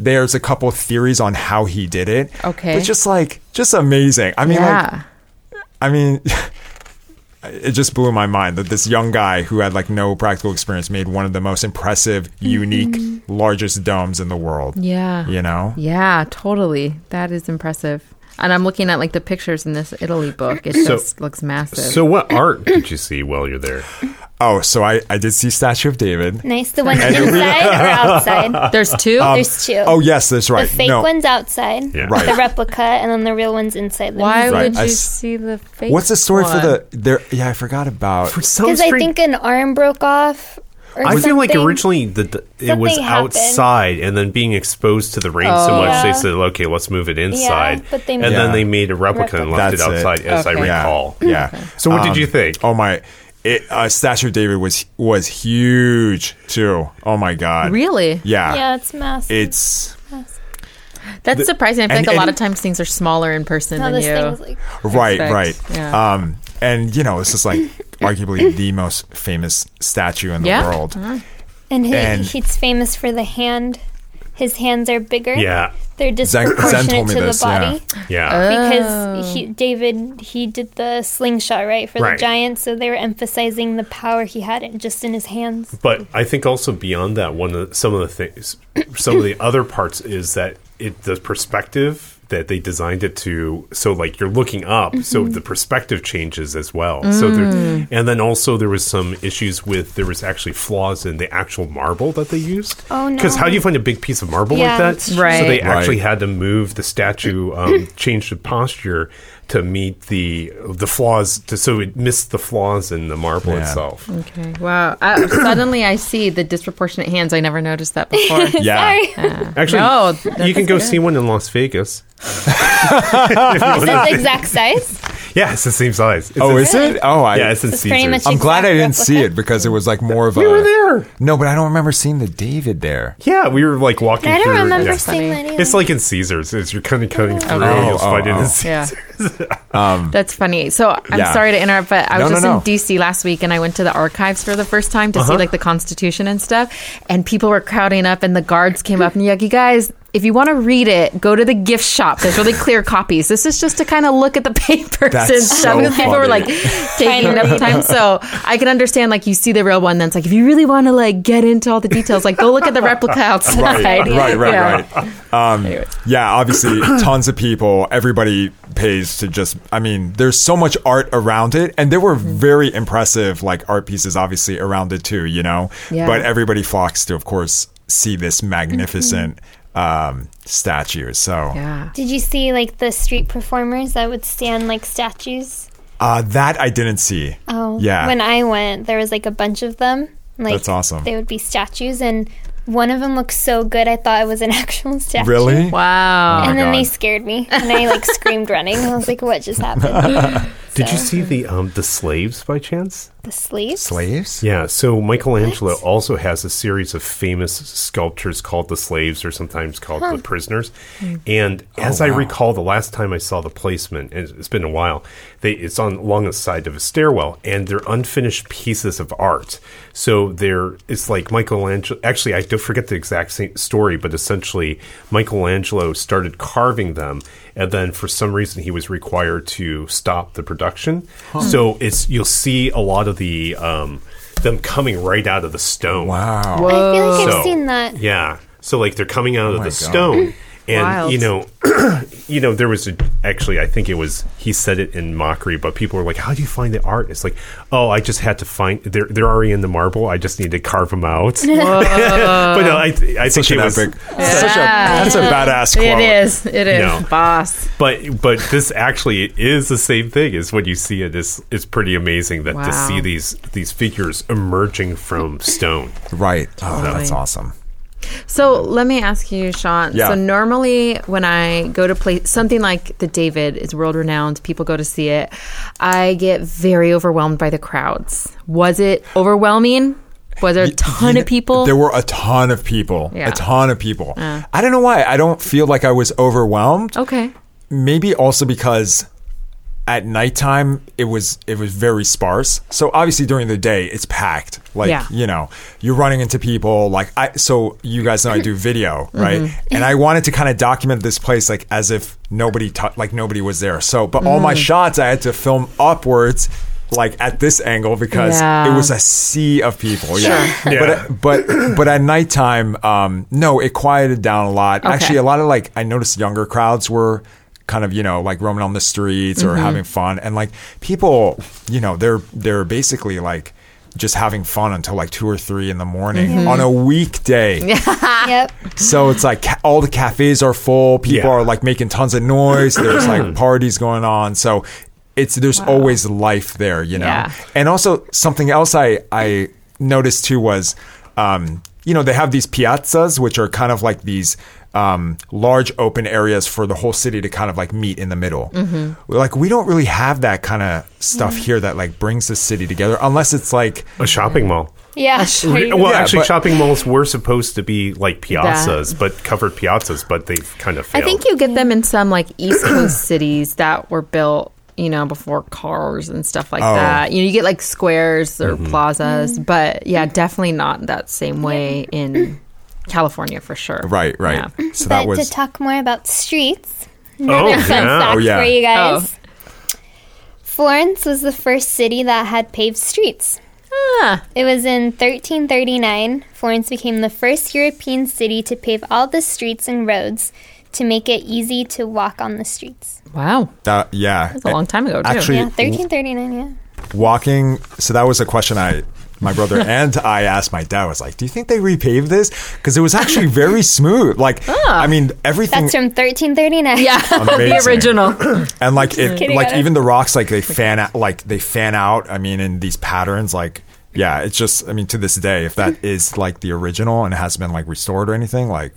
Speaker 4: there's a couple of theories on how he did it
Speaker 3: Okay.
Speaker 4: but just like just amazing i mean like
Speaker 3: yeah.
Speaker 4: i mean <laughs> it just blew my mind that this young guy who had like no practical experience made one of the most impressive unique largest domes in the world
Speaker 3: Mm-hmm. yeah.
Speaker 4: you know
Speaker 3: Yeah, totally. That is impressive. And I'm looking at like the pictures in this Italy book. It just looks massive.
Speaker 1: So what art did you see while you're there?
Speaker 4: oh so i i did see statue of david
Speaker 2: Nice. The one inside
Speaker 4: <laughs>
Speaker 2: or outside?
Speaker 3: There's two.
Speaker 2: There's two.
Speaker 4: Um, oh yes that's
Speaker 2: the
Speaker 4: right
Speaker 2: fake
Speaker 4: no
Speaker 2: one's outside,
Speaker 1: Yeah.
Speaker 4: Right.
Speaker 2: the replica, and then the real one's inside the
Speaker 3: Why
Speaker 4: Right,
Speaker 3: would you
Speaker 4: I s-
Speaker 3: see the fake?
Speaker 4: what's the story
Speaker 3: one?
Speaker 4: for the there yeah i forgot about
Speaker 2: Because I think an arm broke off. Or
Speaker 1: I feel like
Speaker 2: something.
Speaker 1: originally the, the- it was
Speaker 2: something happened. Oh,
Speaker 1: outside, and then being exposed to the rain so much,
Speaker 2: Yeah.
Speaker 1: they said, "Okay, let's move it inside."
Speaker 2: but they
Speaker 1: and
Speaker 2: made-
Speaker 1: then
Speaker 4: Yeah.
Speaker 1: they made a replica and left
Speaker 4: That's
Speaker 1: it
Speaker 4: it.
Speaker 1: outside, as I
Speaker 3: Okay.
Speaker 4: yeah
Speaker 1: recall.
Speaker 4: yeah
Speaker 1: So what did you think?
Speaker 4: Oh my! It, uh, Statue of David was was huge too. Oh my god!
Speaker 3: Really?
Speaker 4: Yeah.
Speaker 2: Yeah, it's massive.
Speaker 4: It's
Speaker 3: That's surprising. I feel
Speaker 4: and-
Speaker 3: like a lot
Speaker 4: and-
Speaker 3: of times things are smaller in person
Speaker 2: now
Speaker 3: than
Speaker 2: this
Speaker 3: you.
Speaker 2: thing's like
Speaker 4: right,
Speaker 3: Expect,
Speaker 4: right.
Speaker 3: yeah.
Speaker 4: Um,
Speaker 3: <laughs>
Speaker 4: and you know, this is like arguably the most famous statue in
Speaker 3: <laughs>
Speaker 4: the
Speaker 3: Yeah.
Speaker 4: world.
Speaker 2: And, he,
Speaker 4: And-
Speaker 2: he's famous for the hand. His hands are bigger.
Speaker 1: Yeah.
Speaker 2: They're
Speaker 4: Zen told
Speaker 2: disproportionate
Speaker 4: me
Speaker 2: to
Speaker 4: this,
Speaker 2: the body. Oh.
Speaker 1: Yeah.
Speaker 3: Oh.
Speaker 2: Because he, David, he did the slingshot, right, for
Speaker 1: Right.
Speaker 2: the Giants. So they were emphasizing the power he had in- just in his hands.
Speaker 1: But I think also beyond that, one of the, some of the things, some of
Speaker 2: <coughs>
Speaker 1: the other parts is that it the perspective that they designed it to. So like you're looking up, so
Speaker 2: Mm-hmm.
Speaker 1: the perspective changes as well. So
Speaker 2: Mm.
Speaker 1: there, and then also there was some issues with there was actually flaws in the actual marble that they used.
Speaker 2: Oh, no.
Speaker 1: Because how do you find a big piece of marble
Speaker 2: Yeah,
Speaker 1: like
Speaker 2: that's
Speaker 1: that?
Speaker 2: true.
Speaker 3: Right.
Speaker 1: So they
Speaker 4: Right.
Speaker 1: actually had to move the statue,
Speaker 2: <coughs>
Speaker 1: um, change the posture to meet the the flaws. To, so it missed the flaws in the marble
Speaker 4: Yeah.
Speaker 1: itself.
Speaker 3: Okay. Wow. Uh, suddenly I see the disproportionate hands. I never noticed
Speaker 2: <laughs>
Speaker 3: that before.
Speaker 4: Yeah.
Speaker 2: Sorry.
Speaker 1: Actually,
Speaker 3: No,
Speaker 1: you can
Speaker 3: that's
Speaker 1: go
Speaker 3: good.
Speaker 1: see one in Las
Speaker 2: <laughs>
Speaker 1: Vegas.
Speaker 2: Is it the exact size?
Speaker 1: Yeah, it's the same size. It's
Speaker 4: Oh,
Speaker 1: in-
Speaker 4: is it? Oh, I.
Speaker 1: Yeah, it's in
Speaker 2: It's pretty
Speaker 1: Caesars.
Speaker 2: much-
Speaker 4: I'm glad I didn't see
Speaker 2: replica.
Speaker 4: it because it was like more of a.
Speaker 1: we were there.
Speaker 4: No, but I don't remember seeing the David there.
Speaker 1: Yeah, we were like walking.
Speaker 2: <laughs> I don't
Speaker 1: through,
Speaker 2: remember
Speaker 1: yeah.
Speaker 2: seeing that either.
Speaker 1: It's like in Caesars. It's, you're kind of cutting through.
Speaker 4: Oh,
Speaker 1: you'll find
Speaker 4: oh,
Speaker 1: it in
Speaker 4: oh.
Speaker 1: Caesars.
Speaker 3: Yeah. That's funny. So I'm
Speaker 4: Yeah.
Speaker 3: sorry to interrupt, but I was
Speaker 4: No, no,
Speaker 3: just
Speaker 4: no. Uh-huh.
Speaker 3: in DC last week and I went to the archives for the first time to see like the Constitution and stuff. And people were crowding up and the guards came up and you're like, you guys, if you want to read it, go to the gift shop. There's really clear copies. This is just to kind of look at the <laughs> papers
Speaker 4: That's
Speaker 3: and
Speaker 4: so
Speaker 3: stuff. 'cause people were
Speaker 4: funny.
Speaker 3: like taking up time. So I can understand like you see the real one, then it's like if you really want to like get into all the details, like go look at the
Speaker 4: <laughs>
Speaker 3: replica outside.
Speaker 4: Right, right,
Speaker 3: Yeah.
Speaker 4: right. Um,
Speaker 3: <clears throat>
Speaker 4: yeah, obviously, tons of people. Everybody pays to just. I mean, there's so much art around it, and there were
Speaker 3: Mm-hmm.
Speaker 4: very impressive like art pieces, obviously around it too. You know,
Speaker 3: Yeah. Mm-hmm.
Speaker 4: but everybody flocks to, of course, see this magnificent um, statue. So
Speaker 3: Yeah.
Speaker 2: Did you see like the street performers that would stand like statues?
Speaker 4: uh, that I didn't see.
Speaker 2: Oh,
Speaker 4: yeah.
Speaker 2: When I went, there was like a bunch of them. Like
Speaker 4: That's awesome.
Speaker 2: They would be statues, and one of them looked so good, I thought it was an <laughs> actual statue.
Speaker 4: really?
Speaker 3: Wow.
Speaker 2: And
Speaker 4: my
Speaker 2: then they
Speaker 4: God.
Speaker 2: scared me, and I like screamed running. I was like, "What just happened?" <laughs>
Speaker 1: Did you see the um the slaves by chance?
Speaker 2: The sleeves.
Speaker 4: Slaves?
Speaker 1: Yeah. So Michelangelo also has a series of famous sculptures called the slaves, or sometimes called the prisoners. And as I
Speaker 4: wow.
Speaker 1: recall, the last time I saw the placement, and it's been a while, they it's on along the side of a stairwell, and they're unfinished pieces of art. So they're it's like Michelangelo. Actually, I don't forget the exact same story, but essentially Michelangelo started carving them, and then for some reason he was required to stop the production. So it's you'll see a lot of the. Um, them coming right out of the stone.
Speaker 4: Wow.
Speaker 2: I feel like
Speaker 1: So-
Speaker 2: I've seen that. Mm.
Speaker 1: Yeah. So like they're coming out of the
Speaker 4: Oh my God.
Speaker 1: stone. And
Speaker 3: Wild.
Speaker 1: you know, <clears throat> you know, there was a, actually I think it was he said it in mockery, but people were like, "How do you find the art?" It's like, "Oh, I just had to find they're they're already in the marble. I just need to carve them
Speaker 2: <laughs>
Speaker 1: out." <laughs> but no, I, th- I think
Speaker 4: Such
Speaker 1: it
Speaker 4: an
Speaker 1: was.
Speaker 4: epic. Such a, that's a badass quote.
Speaker 3: It is. It is.
Speaker 1: No.
Speaker 3: Boss.
Speaker 1: But but this actually is the same thing. Is when you see it is it's pretty amazing that to
Speaker 3: Wow.
Speaker 1: see these these figures emerging from stone.
Speaker 4: Right. Oh, that's
Speaker 3: Totally.
Speaker 4: awesome.
Speaker 3: So let me ask you, Sean.
Speaker 4: Yeah.
Speaker 3: So normally when I go to play something like the David is world renowned, people go to see it. I get very overwhelmed by the crowds. Was it overwhelming? Was there a ton
Speaker 4: You
Speaker 3: of
Speaker 4: kn-
Speaker 3: people?
Speaker 4: There were a ton of people.
Speaker 3: Yeah.
Speaker 4: A ton of people. I don't know why. I don't feel like I was overwhelmed.
Speaker 3: okay.
Speaker 4: Maybe also because at nighttime it was it was very sparse. So obviously during the day it's packed. Like
Speaker 3: Yeah.
Speaker 4: you know, you're running into people. Like I. So you guys know I do video,
Speaker 3: Mm-hmm.
Speaker 4: right?
Speaker 3: <laughs>
Speaker 4: And I wanted to kind of document this place like as if nobody tou like nobody was there. So, but all my
Speaker 3: Mm.
Speaker 4: shots I had to film upwards. Like at this angle because
Speaker 3: Yeah.
Speaker 4: it was a sea of people. Yeah,
Speaker 1: Yeah.
Speaker 4: but uh, but but at nighttime, um, no, it quieted down a lot. Actually, a lot of like I noticed younger crowds were kind of you know like roaming on the streets or having fun, and like people, you know, they're they're basically like just having fun until like two or three in the morning on a weekday.
Speaker 2: Yep.
Speaker 4: So it's like ca- all the cafes are full. People
Speaker 1: Yeah.
Speaker 4: are like making tons of noise. There's like parties going on. So it's there's always life there, you know.
Speaker 3: Yeah.
Speaker 4: And also something else I I noticed too was, um, you know, they have these piazzas which are kind of like these. Um, large open areas for the whole city to kind of like meet in the middle.
Speaker 3: Mm-hmm.
Speaker 4: Like we don't really have that kind of stuff here that like brings the city together, unless it's like
Speaker 1: A shopping mall.
Speaker 2: Yeah. there you
Speaker 1: Well,
Speaker 2: go.
Speaker 1: actually,
Speaker 4: but-
Speaker 1: shopping malls were supposed to be like piazzas, but covered piazzas, but they've kind of
Speaker 3: I
Speaker 1: failed.
Speaker 3: <clears throat> think you get them in some like East Coast cities that were built you know, before cars and stuff
Speaker 4: Oh.
Speaker 3: like that. You know, you get like squares or
Speaker 4: Mm-hmm.
Speaker 3: plazas, but yeah, definitely not that same way in California for sure.
Speaker 4: Right, right.
Speaker 3: Yeah.
Speaker 4: So
Speaker 2: but
Speaker 4: that was
Speaker 2: to talk more about streets,
Speaker 1: Oh,
Speaker 2: fun
Speaker 1: yeah.
Speaker 2: fact
Speaker 4: Oh, yeah.
Speaker 2: for you guys.
Speaker 3: Oh.
Speaker 2: Florence was the first city that had paved streets.
Speaker 3: Ah,
Speaker 2: It was in 1339, Florence became the first European city to pave all the streets and roads to make it easy to walk on the streets.
Speaker 3: wow.
Speaker 4: that. Yeah,
Speaker 3: That's a long time ago, too.
Speaker 4: Actually,
Speaker 2: Yeah, 1339, yeah.
Speaker 4: walking so that was a question i my
Speaker 2: <laughs>
Speaker 4: brother and i asked my dad I was like do you think they repaved this because it was actually
Speaker 2: <laughs>
Speaker 4: very smooth like i mean everything
Speaker 2: Ah, That's from 1339.
Speaker 3: Yeah. <laughs>
Speaker 2: <laughs>
Speaker 4: Amazing.
Speaker 3: the original.
Speaker 4: and like it
Speaker 2: kidding,
Speaker 4: like
Speaker 2: Adam.
Speaker 4: even the rocks like they fan out like they fan out i mean in these patterns like yeah it's just i mean to this day if that is like the original and it hasn't been like restored or anything like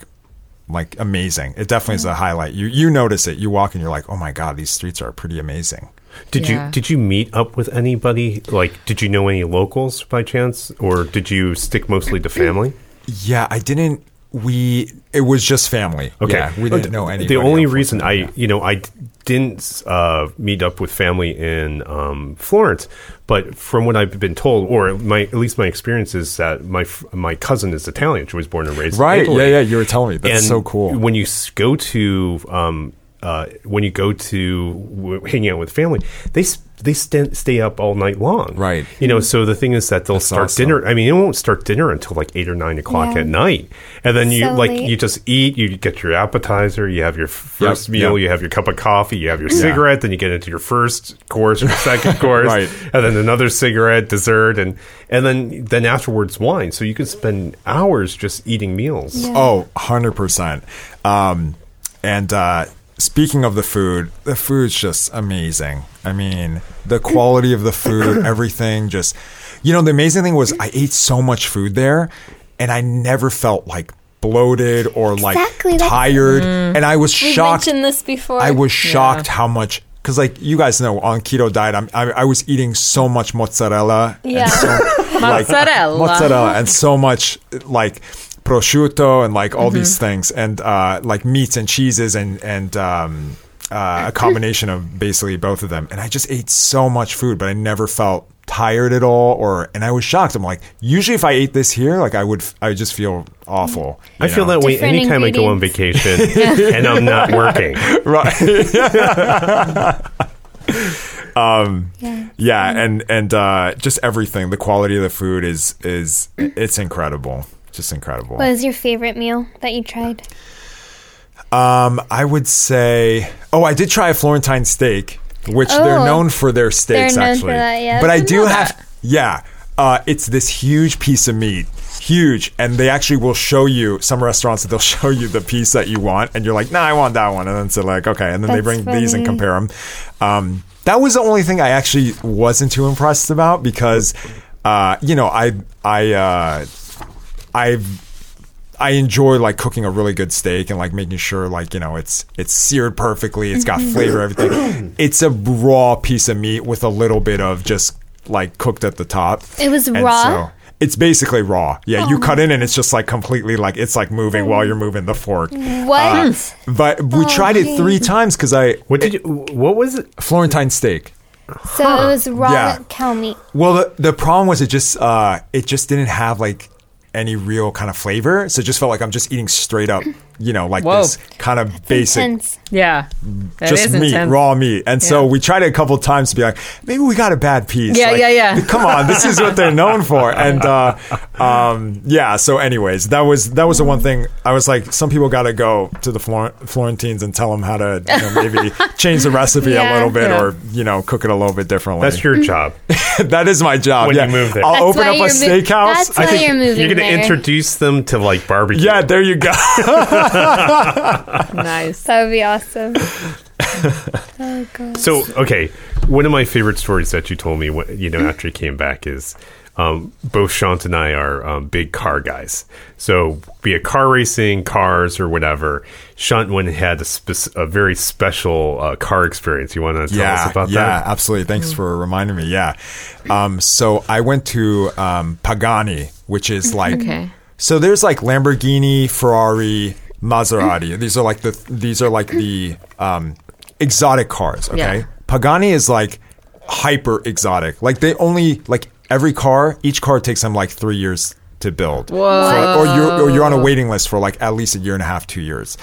Speaker 4: like amazing it definitely is
Speaker 2: Mm-hmm.
Speaker 4: a highlight you you notice it you walk and you're like oh my god these streets are pretty amazing
Speaker 1: Did
Speaker 3: Yeah.
Speaker 1: you did you meet up with anybody? Like, did you know any locals by chance, or did you stick mostly to family?
Speaker 4: yeah i didn't we it was just family
Speaker 1: Okay,
Speaker 4: yeah, we didn't know
Speaker 1: any.
Speaker 4: anybody
Speaker 1: The only
Speaker 4: unfortunately.
Speaker 1: reason I, you know, I d- didn't uh, meet up with family in um, Florence, but from what I've been told, or my at least my experience is that my f- my cousin is Italian. She was born and raised in
Speaker 4: Right.
Speaker 1: Italy.
Speaker 4: Yeah, yeah. You were telling me. That's
Speaker 1: And
Speaker 4: so cool.
Speaker 1: When you s- go to um, uh, when you go to w- hanging out with family, they s- they st- stay up all night long.
Speaker 4: Right.
Speaker 1: You know. So the thing is that they'll start
Speaker 4: awesome.
Speaker 1: dinner. I mean, it won't start dinner until like eight or nine o'clock
Speaker 2: Yeah.
Speaker 1: at night, and then you
Speaker 2: So
Speaker 1: like
Speaker 2: late.
Speaker 1: you just eat. You get your appetizer. You have your first
Speaker 4: Yep,
Speaker 1: meal.
Speaker 4: yep.
Speaker 1: You have your cup of coffee. You have your cigarette. Then you get into your first course, your second
Speaker 4: <laughs>
Speaker 1: course,
Speaker 4: Right.
Speaker 1: and then another cigarette, dessert, and and then then afterwards wine. So you can spend hours just eating meals.
Speaker 4: Oh, 100%. Um, and uh, speaking of the food, the food's just amazing. I mean, the quality of the
Speaker 1: <coughs>
Speaker 4: food, everything just, you know, the amazing thing was I ate so much food there and I never felt like bloated or like
Speaker 2: Exactly, that's-
Speaker 4: tired.
Speaker 1: Mm.
Speaker 4: And I was
Speaker 2: We've
Speaker 4: shocked.
Speaker 2: mentioned this before.
Speaker 4: I was shocked how much because like you guys know on keto diet I'm, I I was eating so much mozzarella
Speaker 2: Yeah.
Speaker 4: and so, like,
Speaker 3: Mozzarella.
Speaker 4: mozzarella and so much like prosciutto and like all these things and uh, like meats and cheeses and and um, uh, a combination of basically both of them and I just ate so much food but I never felt tired at all or and I was shocked I'm like usually if I ate this here like I would f- I would just feel awful
Speaker 1: I
Speaker 4: you
Speaker 1: feel
Speaker 4: know?
Speaker 1: that way
Speaker 2: Different
Speaker 1: anytime I go on vacation
Speaker 2: <laughs>
Speaker 1: and I'm not working.
Speaker 4: <laughs> right
Speaker 2: yeah.
Speaker 4: Um, yeah and and uh just everything the quality of the food is is it's incredible just incredible
Speaker 2: What was your favorite meal that you
Speaker 4: Uh,
Speaker 2: tried?
Speaker 4: um i would say oh i did try a florentine steak which they're
Speaker 2: Oh.
Speaker 4: known for their steaks
Speaker 2: known for
Speaker 4: actually
Speaker 2: that, yeah.
Speaker 4: but i
Speaker 2: Didn't
Speaker 4: do
Speaker 2: know
Speaker 4: have yeah uh it's this huge piece of meat huge and they actually will show you some restaurants they'll <laughs> show you the piece that you want and you're like nah i want that one and then so like okay and then they
Speaker 2: That's
Speaker 4: bring these and
Speaker 2: funny.
Speaker 4: compare them um that was the only thing i actually wasn't too impressed about because uh you know i i uh I've I enjoy like cooking a really good steak and like making sure like you know it's it's seared perfectly, it's
Speaker 2: Mm-hmm.
Speaker 4: got flavor,
Speaker 2: <clears throat>
Speaker 4: everything. It's a raw piece of meat with a little bit of just like cooked at the top.
Speaker 2: It was
Speaker 4: And
Speaker 2: raw? Oh.
Speaker 4: so- it's basically raw. Yeah, you cut in and it's just like completely like it's like moving while you're moving the fork. Hmm.
Speaker 2: What?
Speaker 4: But we tried it three times because I
Speaker 1: What did you, what was it?
Speaker 4: Florentine steak.
Speaker 2: so it was raw
Speaker 4: Yeah.
Speaker 2: cow meat.
Speaker 4: Well, the, the problem was it just uh, it just didn't have like any real kind of flavor, so it just felt like I'm just eating straight up, you know, like
Speaker 3: Whoa.
Speaker 4: this kind of basic.
Speaker 2: Intense.
Speaker 3: Yeah.
Speaker 1: Mm,
Speaker 3: That is
Speaker 4: Just meat,
Speaker 3: intense.
Speaker 4: raw meat, and so
Speaker 3: Yeah.
Speaker 4: we tried it a couple times to be like, maybe we got a bad piece.
Speaker 3: Yeah,
Speaker 4: Like,
Speaker 3: yeah, yeah.
Speaker 4: Come on, this is what they're known for, and uh, um, yeah. So, anyways, that was that was the one thing I was like, some people got to go to the Flor- Florentines and tell them how to you
Speaker 3: <laughs>
Speaker 4: know, maybe change the recipe
Speaker 2: Yeah.
Speaker 4: a little bit,
Speaker 3: Yeah.
Speaker 4: or you know, cook it a little bit differently.
Speaker 1: That's your job.
Speaker 4: That is my job.
Speaker 1: When you
Speaker 4: yeah.
Speaker 1: move there.
Speaker 4: I'll
Speaker 2: That's
Speaker 4: open
Speaker 2: why
Speaker 4: up a
Speaker 2: you're mo-
Speaker 4: steakhouse.
Speaker 2: that's why you're moving
Speaker 1: You're going to
Speaker 2: there.
Speaker 1: introduce them to like barbecue.
Speaker 4: yeah, there you
Speaker 1: <laughs>
Speaker 4: go.
Speaker 3: Nice.
Speaker 2: That would
Speaker 4: <laughs>
Speaker 2: be awesome. oh god.
Speaker 1: So, okay. One of my favorite stories that you told me, when, you know, after you came back is um, both Shant and I are um, big car guys. So, be it car racing, cars, or whatever, Shant went and had a, spec- a very special uh, car experience. You want to tell us about
Speaker 4: yeah,
Speaker 1: that?
Speaker 4: absolutely. Thanks for reminding me. Yeah. Um, so I went to um, Pagani, which
Speaker 2: Mm-hmm.
Speaker 4: is like
Speaker 3: Okay.
Speaker 4: so there's like Lamborghini, Ferrari, Maserati. These are like the these are like the um, exotic cars, okay?
Speaker 3: Yeah.
Speaker 4: Pagani is like hyper exotic. Like they only like every car, each car takes them like three years to build.
Speaker 3: Whoa.
Speaker 4: So- or you're or you're on a waiting list for like at least a year and a half, two years.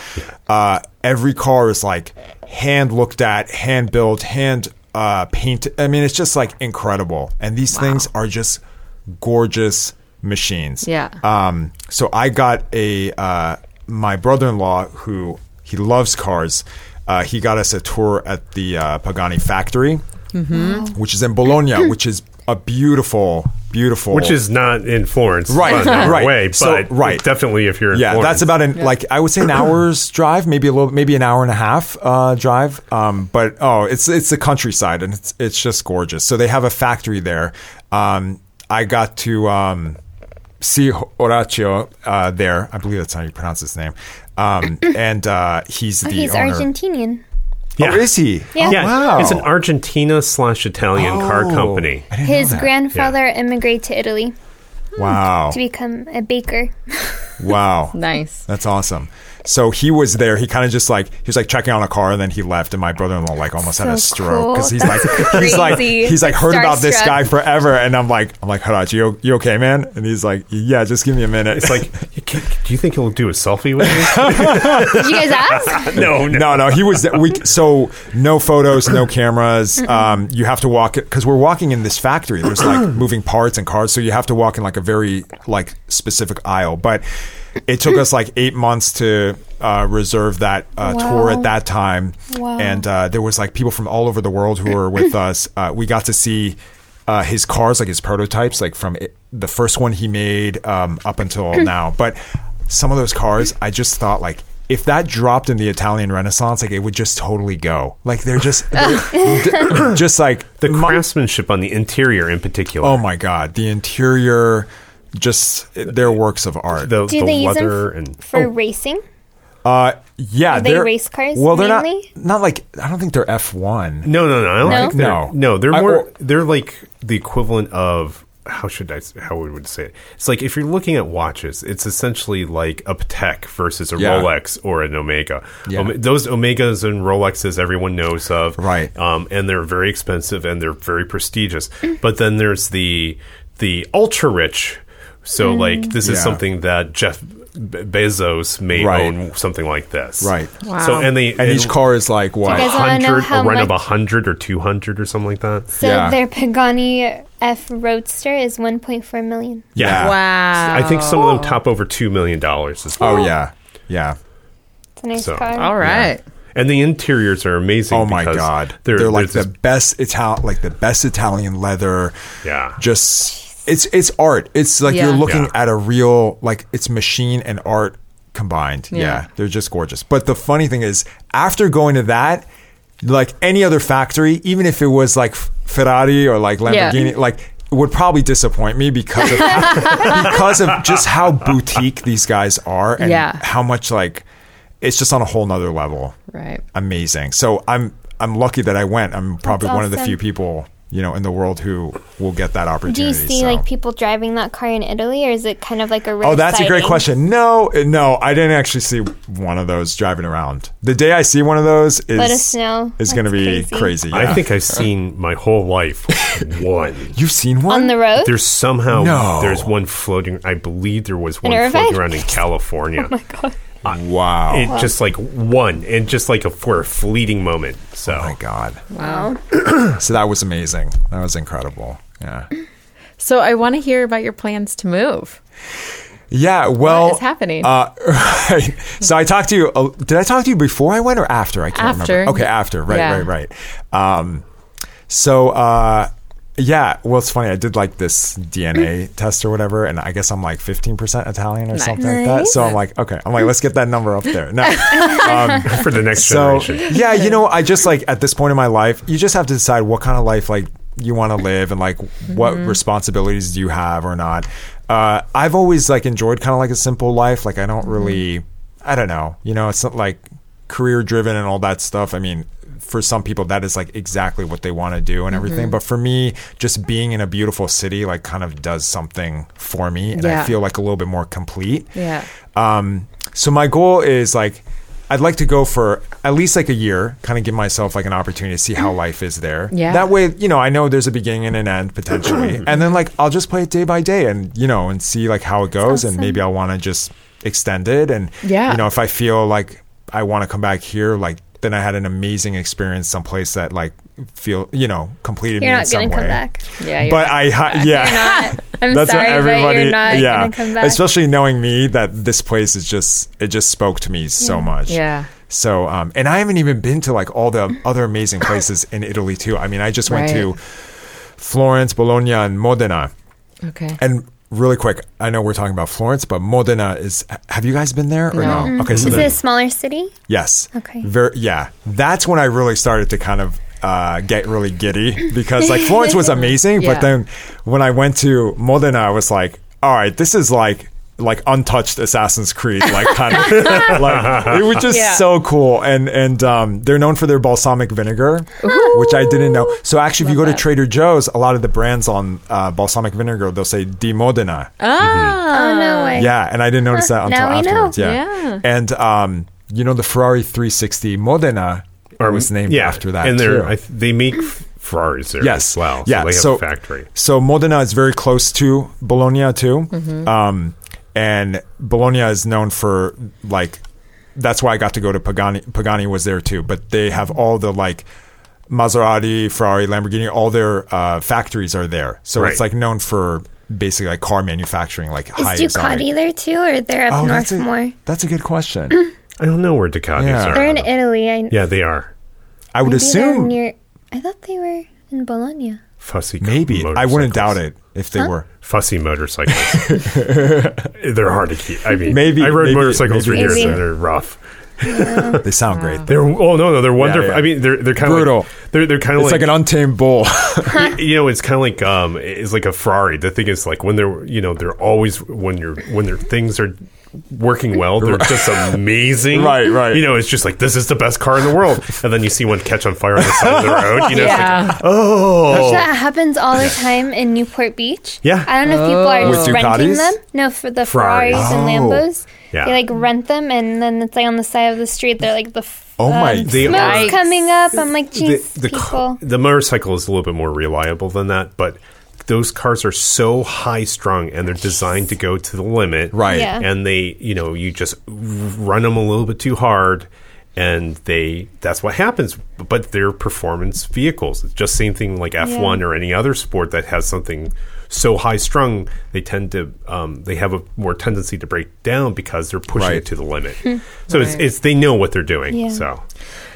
Speaker 4: Uh, every car is like hand looked at, hand built, hand uh, painted. I mean, it's just like incredible. And these things are just gorgeous machines.
Speaker 3: Yeah.
Speaker 4: Um, so I got a uh, my brother-in-law who he loves cars. Uh, he got us a tour at the uh, Pagani factory, which is in Bologna, which is a beautiful, beautiful.
Speaker 1: Which is not in Florence,
Speaker 4: Right,
Speaker 1: but not
Speaker 4: <laughs> right.
Speaker 1: Way, but
Speaker 4: So, right.
Speaker 1: definitely if you're in
Speaker 4: yeah,
Speaker 1: Florence.
Speaker 4: that's about an like I would say an
Speaker 1: <clears throat>
Speaker 4: hour's drive, maybe a little, maybe an hour and a half uh, drive. Um, but oh, it's it's the countryside and it's it's just gorgeous. So they have a factory there. Um, I got to um, see Horacio uh, there. I believe that's how you pronounce his name. Um, and uh, he's the
Speaker 2: Oh, He's
Speaker 4: owner.
Speaker 2: Argentinian.
Speaker 4: Oh, is he?
Speaker 2: Yeah.
Speaker 4: Oh,
Speaker 1: Yeah,
Speaker 4: wow.
Speaker 1: it's an Argentina slash Italian car
Speaker 4: Oh.
Speaker 1: company.
Speaker 4: I didn't know
Speaker 2: His
Speaker 4: that.
Speaker 2: grandfather immigrated to Italy
Speaker 4: Wow.
Speaker 2: to become a baker.
Speaker 4: Wow.
Speaker 3: Nice.
Speaker 4: That's awesome. So he was there. He kind of just like he was like checking on a car, and then he left. And my brother-in-law like almost had a
Speaker 2: So
Speaker 4: stroke because he's
Speaker 2: cool. <laughs>
Speaker 4: like
Speaker 2: That's
Speaker 4: he's like
Speaker 2: crazy.
Speaker 4: he's like heard about this
Speaker 2: Starstruck.
Speaker 4: guy forever, and I'm like I'm like Haraj, you you okay, man? And he's like, yeah, just give me a minute.
Speaker 1: It's like, <laughs> "Can- do you think he'll do a selfie with
Speaker 4: <laughs>
Speaker 1: me?
Speaker 2: Did you guys ask?
Speaker 1: no, no.
Speaker 4: no, no, he was we so no photos, no cameras. Um, you have to walk because we're walking in this factory. There's
Speaker 2: <clears throat>
Speaker 4: like moving parts and cars, so you have to walk in like a very like specific aisle. But it
Speaker 2: <clears throat>
Speaker 4: took us like eight months to uh, reserve that uh, tour
Speaker 2: Wow.
Speaker 4: at that time,
Speaker 2: Wow.
Speaker 4: and uh, there was like people from all over the world who were with us. Uh, we got to see uh, his cars, like his prototypes, like from it, the first one he made um, up
Speaker 2: <clears throat>
Speaker 4: until now. But some of those cars, I just thought like. If that dropped in the Italian Renaissance, like it would just totally go. Like they're
Speaker 2: <laughs>
Speaker 4: just, they're- <coughs> just like
Speaker 1: The craftsmanship on the interior in particular.
Speaker 4: oh my god, the interior, just they're works of art.
Speaker 1: the,
Speaker 2: Do
Speaker 1: the
Speaker 2: they use them
Speaker 1: leather
Speaker 2: f-
Speaker 1: and
Speaker 4: Oh.
Speaker 2: for racing?
Speaker 4: Uh, yeah,
Speaker 2: Are they
Speaker 4: they're-
Speaker 2: race cars
Speaker 4: Well, they're
Speaker 2: mainly?
Speaker 4: not not like I don't think they're F one.
Speaker 1: No, no, no. I don't
Speaker 2: No?
Speaker 1: think they're,
Speaker 4: No.
Speaker 1: no. They're
Speaker 4: I-
Speaker 1: more.
Speaker 4: or-
Speaker 1: they're like the equivalent of how should I? s- How we would say it? It's like if you're looking at watches, it's essentially like a Patek versus a
Speaker 4: Yeah.
Speaker 1: Rolex or an Omega.
Speaker 4: Yeah.
Speaker 1: Ome- those Omegas and Rolexes everyone knows of,
Speaker 4: Right.
Speaker 1: Um, and they're very expensive and they're very prestigious. but then there's the the ultra rich. So like this
Speaker 4: Yeah.
Speaker 1: is something that Jeff Be- Bezos may
Speaker 4: Right.
Speaker 1: own something like this,
Speaker 4: Right.
Speaker 1: So
Speaker 3: Wow.
Speaker 1: and they
Speaker 4: And each car is like what?
Speaker 2: guys wanna know
Speaker 1: 100
Speaker 2: how
Speaker 1: a run of
Speaker 2: much-
Speaker 1: 100 or 200 or something like that
Speaker 2: So
Speaker 4: Yeah.
Speaker 2: their Pagani F Roadster is 1.4 million.
Speaker 4: Yeah.
Speaker 1: <laughs>
Speaker 3: Wow.
Speaker 1: i think some of them top over 2 million dollars as well
Speaker 4: Oh yeah, yeah.
Speaker 2: It's a nice
Speaker 1: So-
Speaker 2: car.
Speaker 3: All right.
Speaker 1: and the interiors are amazing
Speaker 4: Oh my
Speaker 1: because
Speaker 4: god,
Speaker 1: they're,
Speaker 4: they're, like
Speaker 1: there's
Speaker 4: the
Speaker 1: this-
Speaker 4: best Ital like the best Italian leather.
Speaker 1: Yeah.
Speaker 4: just it's it's art. It's like
Speaker 3: Yeah.
Speaker 4: you're looking
Speaker 1: Yeah.
Speaker 4: at a real like it's machine and art combined. Yeah.
Speaker 3: Yeah.
Speaker 4: they're just gorgeous. But the funny thing is, after going to that, like any other factory, even if it was like F- Ferrari or like
Speaker 3: Yeah.
Speaker 4: Lamborghini, like. it Would probably disappoint me because
Speaker 3: <laughs>
Speaker 4: of because of just how boutique these guys are and
Speaker 3: Yeah.
Speaker 4: how much like it's just on a whole nother level
Speaker 3: Right.
Speaker 4: amazing. So I'm I'm lucky that I went. I'm probably
Speaker 2: That's
Speaker 4: one of the
Speaker 2: awesome.
Speaker 4: few people you know in the world who will get that
Speaker 2: Do you
Speaker 4: opportunity.
Speaker 2: see
Speaker 4: so.
Speaker 2: like people driving that car in Italy, or is it kind of like a rare
Speaker 4: Oh, that's a great
Speaker 2: sighting?
Speaker 4: question. No, uh, no, I didn't actually see one of those driving around. The day I see one of those is
Speaker 2: Let us know.
Speaker 4: is going to
Speaker 2: That's
Speaker 4: be
Speaker 2: crazy.
Speaker 4: crazy. yeah.
Speaker 1: i think i've seen my whole life <laughs> one
Speaker 4: you've seen one
Speaker 2: on the road.
Speaker 1: there's somehow
Speaker 4: No.
Speaker 1: there's one floating i believe there was one
Speaker 2: Irvine?
Speaker 1: floating around in
Speaker 2: <laughs>
Speaker 1: california oh my god
Speaker 4: Wow. Oh
Speaker 1: it just like one and just like a, for a fleeting moment so <laughs>
Speaker 4: Oh my god.
Speaker 3: Wow.
Speaker 4: So that was amazing. That was incredible. Yeah.
Speaker 3: So I want to hear about your plans to move.
Speaker 4: Yeah. Well,
Speaker 3: is happening?
Speaker 4: Uh, right. So I talked to you. Uh, did I talk to you before I went or after? I can't
Speaker 3: After.
Speaker 4: remember. Okay, after. Right,
Speaker 3: Yeah.
Speaker 4: right, right. Um, so uh, yeah. Well, it's funny. I did like this DNA
Speaker 3: Mm.
Speaker 4: test or whatever, and I guess I'm like 15% Italian or something like that. So I'm like, okay. I'm like, let's get that number up there. No. um,
Speaker 1: for the next
Speaker 4: so
Speaker 1: generation
Speaker 4: <laughs> yeah, you know, I just like at this point in my life, you just have to decide what kind of life like you want to live and like what responsibilities do you have or not. Uh, I've always like enjoyed kind of like a simple life. Like I don't really, I don't know, you know, it's not like career driven and all that stuff. I mean, for some people that is like exactly what they want to do and everything. But for me, just being in a beautiful city like kind of does something for me, and
Speaker 3: Yeah.
Speaker 4: I feel like a little bit more complete.
Speaker 3: Yeah.
Speaker 4: Um, so my goal is like I'd like to go for at least like a year, kind of give myself like an opportunity to see how
Speaker 2: Mm.
Speaker 4: life is there.
Speaker 3: Yeah.
Speaker 4: That way, you know, I know there's a beginning and an end
Speaker 2: <clears throat>
Speaker 4: potentially, and then like I'll just play it day by day, and you know, and see like how it goes, and
Speaker 2: awesome.
Speaker 4: maybe I want to just extend it, and
Speaker 3: Yeah.
Speaker 4: you know, if I feel like I want to come back here, like then I had an amazing experience someplace that like feel you know completed
Speaker 2: You're
Speaker 4: me in
Speaker 2: not
Speaker 4: some
Speaker 2: gonna
Speaker 4: way.
Speaker 2: come back.
Speaker 3: Yeah, you're
Speaker 4: But I, hi- yeah,
Speaker 2: You're not.
Speaker 4: <laughs>
Speaker 2: I'm sorry, but you're not gonna come back.
Speaker 4: Especially knowing me, that this place is just it just spoke to me so much.
Speaker 3: Yeah.
Speaker 4: So, um, and I haven't even been to like all the other
Speaker 2: <coughs>
Speaker 4: amazing places in Italy too. I mean, I just went
Speaker 3: Right.
Speaker 4: to Florence, Bologna, and Modena.
Speaker 3: okay.
Speaker 4: And really quick, I know we're talking about Florence, but Modena is. Have you guys been there or
Speaker 3: No.
Speaker 4: no? Okay, so
Speaker 2: Is
Speaker 4: the-
Speaker 2: it a smaller city?
Speaker 4: Yes.
Speaker 2: Okay.
Speaker 4: Ver- yeah. That's when I really started to kind of uh, get really giddy because like
Speaker 3: <laughs>
Speaker 4: Florence was amazing,
Speaker 3: Yeah.
Speaker 4: but then when I went to Modena, I was like, all right, this is like like untouched Assassin's Creed, like kind of <laughs> like it was just
Speaker 3: Yeah.
Speaker 4: so cool. And and um, they're known for their balsamic vinegar, which I didn't know. So actually, if you go
Speaker 3: that.
Speaker 4: to Trader Joe's, a lot of the brands on uh, balsamic vinegar they'll say di Modena.
Speaker 3: Ah.
Speaker 2: oh no
Speaker 4: <laughs>
Speaker 2: way.
Speaker 4: Yeah, and I didn't notice that
Speaker 2: Huh,
Speaker 4: until
Speaker 2: now we know.
Speaker 4: afterwards. Yeah.
Speaker 3: Yeah.
Speaker 4: And um, you know the Ferrari 360 Modena was named
Speaker 1: yeah,
Speaker 4: after that
Speaker 1: and
Speaker 4: too.
Speaker 1: they're I, th- they make Ferraris there
Speaker 4: yes.
Speaker 1: as well.
Speaker 4: Yeah.
Speaker 1: so they have
Speaker 4: so
Speaker 1: a factory.
Speaker 4: So Modena is very close to Bologna too.
Speaker 2: Mm-hmm.
Speaker 4: Um, and Bologna is known for like that's why I got to go to Pagani. Pagani was there too, but they have all the like Maserati, Ferrari, Lamborghini, all their uh, factories are there. So it's
Speaker 1: Right.
Speaker 4: like known for basically like car manufacturing, like
Speaker 2: Is
Speaker 4: high exotic.
Speaker 2: Ducati there too, or they're up
Speaker 4: Oh,
Speaker 2: north
Speaker 4: that's a,
Speaker 2: more?
Speaker 4: That's a good question.
Speaker 2: <clears throat>
Speaker 1: I don't know where Ducatis
Speaker 4: Yeah.
Speaker 1: are.
Speaker 2: They're in Italy. I
Speaker 1: yeah, they are.
Speaker 4: I would
Speaker 2: maybe they're
Speaker 4: assume
Speaker 2: near. I thought they were in Bologna.
Speaker 1: Fussy
Speaker 4: maybe. I wouldn't doubt it if they were.
Speaker 1: Fussy
Speaker 4: <laughs>
Speaker 1: motorcycles. they're hard to keep. I mean,
Speaker 4: Maybe-
Speaker 1: I rode
Speaker 4: maybe-
Speaker 1: motorcycles for
Speaker 4: maybe
Speaker 1: years,
Speaker 2: it's
Speaker 1: and
Speaker 2: there.
Speaker 1: they're rough.
Speaker 4: They sound great.
Speaker 1: They're oh no no they're wonderful.
Speaker 4: yeah.
Speaker 1: I mean they're they're kind of
Speaker 4: Brutal.
Speaker 1: Like, they're they're kind of
Speaker 4: It's like an untamed bull. <laughs>
Speaker 1: you know, it's kind of like um, it's like a Ferrari. The thing is, like when they're you know they're always when you're when their things are working well, they're just amazing.
Speaker 4: <laughs> Right, right.
Speaker 1: You know, it's just like this is the best car in the world, and then you see one catch on fire on the side of the road. You know, it's like,
Speaker 3: Yeah.
Speaker 1: oh,
Speaker 2: That happens all the time in Newport Beach.
Speaker 1: Yeah.
Speaker 2: I don't know if people are
Speaker 4: With
Speaker 2: just renting
Speaker 4: Ducatis?
Speaker 2: them. No, for the
Speaker 1: Ferraris.
Speaker 2: Ferraris, and
Speaker 4: Oh.
Speaker 2: Lambos.
Speaker 1: Yeah.
Speaker 2: They like rent them, and then it's like on the side of the street. They're like the f-
Speaker 4: Oh my
Speaker 2: um,
Speaker 1: They
Speaker 2: smoke's
Speaker 1: are-
Speaker 2: coming up. I'm like, jeez,
Speaker 1: the, the,
Speaker 2: people.
Speaker 1: ca- the motorcycle is a little bit more reliable than that, but those cars are so high strung and they're designed to go to the limit.
Speaker 4: Right.
Speaker 2: Yeah.
Speaker 1: And they, you know, you just run them a little bit too hard and they that's what happens but they're performance vehicles it's just same thing like f1 or any other sport that has something so high strung they tend to um, they have a more tendency to break down because they're pushing
Speaker 4: Right.
Speaker 1: it to the limit so it's, it's they know what they're doing
Speaker 2: Hmm. Yeah.
Speaker 1: so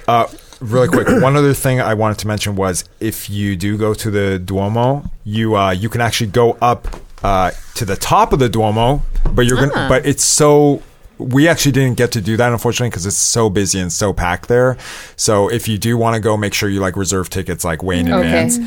Speaker 4: Uh, really quick, <clears throat> one other thing I wanted to mention was if you do go to the Duomo, you uh, you can actually go up uh, to the top of the Duomo, but you're
Speaker 3: Ah.
Speaker 4: gonna. But it's so we actually didn't get to do that unfortunately because it's so busy and so packed there. So if you do want to go, make sure you like reserve tickets like way in
Speaker 3: Okay.
Speaker 4: advance.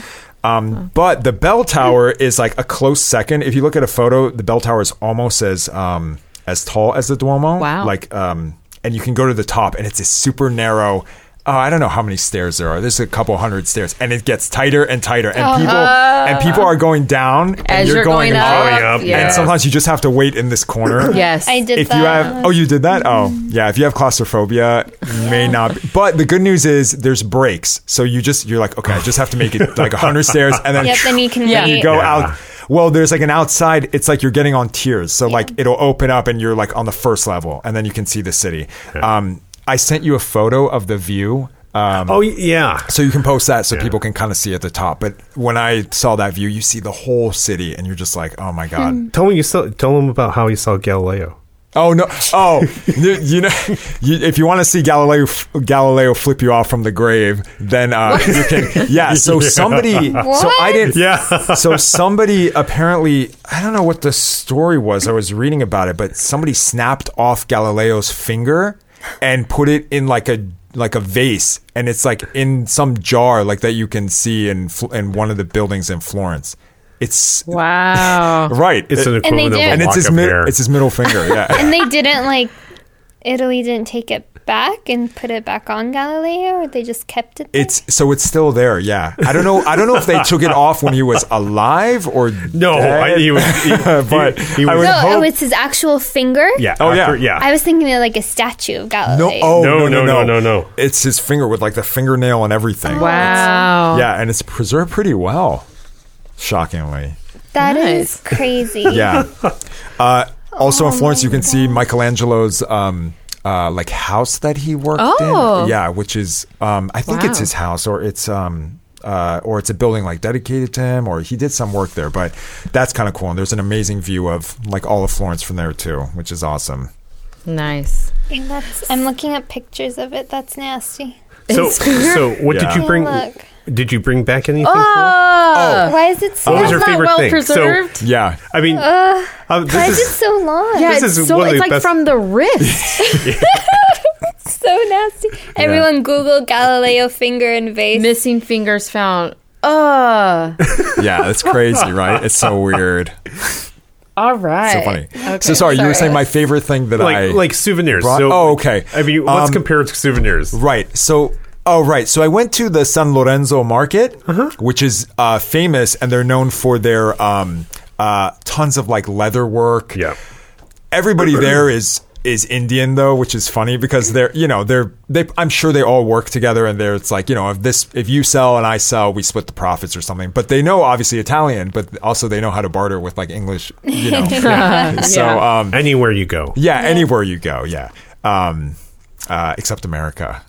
Speaker 4: Um, but the
Speaker 3: <laughs>
Speaker 4: bell tower is like a close second. If you look at a photo, the bell tower is almost as um, as tall as the Duomo.
Speaker 3: Wow.
Speaker 4: Like um, and you can go to the top, and it's a super narrow. Uh, I don't know how many stairs there are. There's a couple hundred stairs, and it gets tighter and tighter, and people and people are going down, and
Speaker 3: As
Speaker 4: Uh-huh. you're, going, up,
Speaker 1: Oh, yeah.
Speaker 3: Yeah.
Speaker 4: and sometimes you just have to wait in this <laughs> corner.
Speaker 3: yes.
Speaker 2: I did
Speaker 4: If
Speaker 2: that.
Speaker 4: you have, oh, you did that. Oh, yeah. If you have claustrophobia, may not. Be, but the good news is there's breaks, so you just you're like, okay, I just have to make it like hundred stairs, and then
Speaker 2: yep. Then you can
Speaker 3: Yeah.
Speaker 4: <laughs>
Speaker 2: wait.
Speaker 4: you go
Speaker 1: Yeah.
Speaker 4: out. Well, there's like an outside. It's like you're getting on tiers. So like it'll open up and you're like on the first level, and then you can see the city. Um, I sent you a photo of the view. Um,
Speaker 1: oh yeah
Speaker 4: so you can post that so people can kind of see at the top. But when I saw that view, you see the whole city, and you're just like, oh my god.
Speaker 1: Tell him you saw, tell him about how you saw Galileo.
Speaker 4: Oh no! Oh, you, you know, you, if you want to see Galileo Galileo flip you off from the grave, then uh, you can.
Speaker 1: <laughs>
Speaker 4: Yeah. So somebody. So I didn't.
Speaker 1: Yeah.
Speaker 4: so somebody apparently, I don't know what the story was. I was reading about it, but somebody snapped off Galileo's finger and put it in like a like a vase, and it's like in some jar like that you can see in Fl- in one of the buildings in Florence. It's
Speaker 3: Wow.
Speaker 4: right.
Speaker 1: It's an <laughs>
Speaker 4: It-
Speaker 2: And they
Speaker 1: equivalent of a
Speaker 2: did.
Speaker 4: and it's
Speaker 1: walk
Speaker 4: his
Speaker 1: up
Speaker 4: mid,
Speaker 1: there. <laughs>
Speaker 4: it's his middle finger. Yeah.
Speaker 2: and they didn't like Italy didn't take it back and put it back on Galileo, or they just kept it. There?
Speaker 4: It's so it's still there. Yeah, I don't know. I don't know if they
Speaker 1: <laughs>
Speaker 4: took it off when he was alive or
Speaker 1: No, I,
Speaker 4: dead.
Speaker 1: he was.
Speaker 4: <laughs>
Speaker 1: He,
Speaker 4: But
Speaker 1: he, he
Speaker 4: I
Speaker 1: was
Speaker 4: would-
Speaker 2: no,
Speaker 4: hope-
Speaker 2: oh, it's his actual finger.
Speaker 1: yeah.
Speaker 4: Oh, yeah.
Speaker 1: after- yeah.
Speaker 2: I was thinking of like a statue of Galileo.
Speaker 4: no, oh
Speaker 1: No, no,
Speaker 4: no, no,
Speaker 1: no,
Speaker 4: no,
Speaker 1: no.
Speaker 4: It's his finger with like the fingernail and everything.
Speaker 3: Wow.
Speaker 4: Yeah, and it's preserved pretty well. Shockingly.
Speaker 2: That is
Speaker 3: Nice.
Speaker 2: <laughs> crazy.
Speaker 3: <laughs>
Speaker 4: Yeah. uh, also
Speaker 3: Oh
Speaker 4: in Florence, you can see Michelangelo's um, uh, like house that he worked
Speaker 3: Oh.
Speaker 4: in. Yeah, which is um, I think it's
Speaker 3: Wow.
Speaker 4: his house or it's um, uh, or it's a building like dedicated to him or he did some work there. But that's kind of cool. And there's an amazing view of like all of Florence from there too, which is awesome.
Speaker 3: Nice.
Speaker 2: And that's, I'm looking at pictures of it. That's nasty.
Speaker 1: So,
Speaker 3: It's-
Speaker 1: so what
Speaker 4: Yeah. Oh,
Speaker 1: did you bring?
Speaker 2: Look.
Speaker 1: Did you bring back anything? cool?
Speaker 3: Oh,
Speaker 2: Why is it so?
Speaker 1: What was
Speaker 2: long?
Speaker 1: your
Speaker 3: not
Speaker 1: favorite
Speaker 3: well
Speaker 1: thing?
Speaker 3: preserved.
Speaker 1: So,
Speaker 4: Yeah.
Speaker 1: I mean, uh,
Speaker 2: Why
Speaker 1: this
Speaker 2: is it
Speaker 1: is
Speaker 2: so long?
Speaker 3: yeah,
Speaker 1: This
Speaker 3: it's
Speaker 1: is
Speaker 3: so
Speaker 1: one of
Speaker 3: it's
Speaker 1: the
Speaker 3: like
Speaker 1: best-
Speaker 3: from
Speaker 1: <laughs>
Speaker 3: the wrist.
Speaker 2: It's so nasty. Everyone Google Galileo finger and vase.
Speaker 3: Missing fingers found. Uh
Speaker 4: Yeah, that's crazy, right? It's <laughs> so weird.
Speaker 3: all right.
Speaker 4: So funny. so sorry, you were saying my favorite thing that I
Speaker 1: like like souvenirs.
Speaker 4: Brought-
Speaker 1: so,
Speaker 4: oh, okay.
Speaker 1: I mean, let's
Speaker 4: Um,
Speaker 1: compare it to souvenirs.
Speaker 4: Right. So, oh, right. So I went to the San Lorenzo Market, which is uh, famous, and they're known for their um, uh, tons of like leather work.
Speaker 1: Yeah.
Speaker 4: Everybody there is is Indian though, which is funny because they're you know they're they I'm sure they all work together and they're it's like you know if this if you sell and I sell we split the profits or something. But they know obviously Italian, but also they know how to barter with like English. You know. So um,
Speaker 1: Anywhere you go.
Speaker 4: yeah, anywhere you go, yeah. Um, uh, except America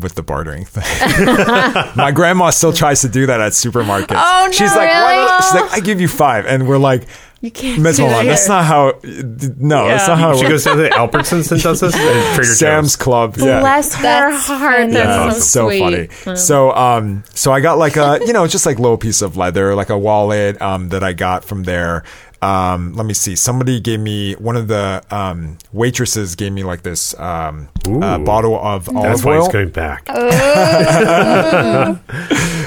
Speaker 4: with the bartering thing. <laughs> My grandma still tries to do that at supermarkets.
Speaker 3: Oh, no,
Speaker 4: She's like, "Why
Speaker 3: really?
Speaker 4: not?" she's like, I give you five, and we're like,
Speaker 3: You can't
Speaker 4: Miss
Speaker 3: do
Speaker 4: Milan,
Speaker 3: that
Speaker 4: that's
Speaker 3: here."
Speaker 4: not how. No, that's
Speaker 3: Yeah.
Speaker 4: not how.
Speaker 1: She
Speaker 4: It works.
Speaker 1: goes down to the Albertsons and does this.
Speaker 4: <laughs>
Speaker 1: And Trader
Speaker 4: Sam's
Speaker 1: Sam's.
Speaker 4: Club. Yeah.
Speaker 3: Bless her
Speaker 2: That's
Speaker 3: heart.
Speaker 2: funny.
Speaker 3: That's
Speaker 4: Yeah,
Speaker 3: so,
Speaker 4: it's so,
Speaker 3: sweet.
Speaker 4: funny. So, um, so I got like a, <laughs> you know, just like little piece of leather, like a wallet, um, that I got from there. Um, let me see. Somebody gave me one of the um, waitresses gave me like this um, uh,
Speaker 1: Ooh.
Speaker 4: bottle of
Speaker 3: Mm.
Speaker 4: olive
Speaker 1: That's why
Speaker 4: oil.
Speaker 1: he's going back.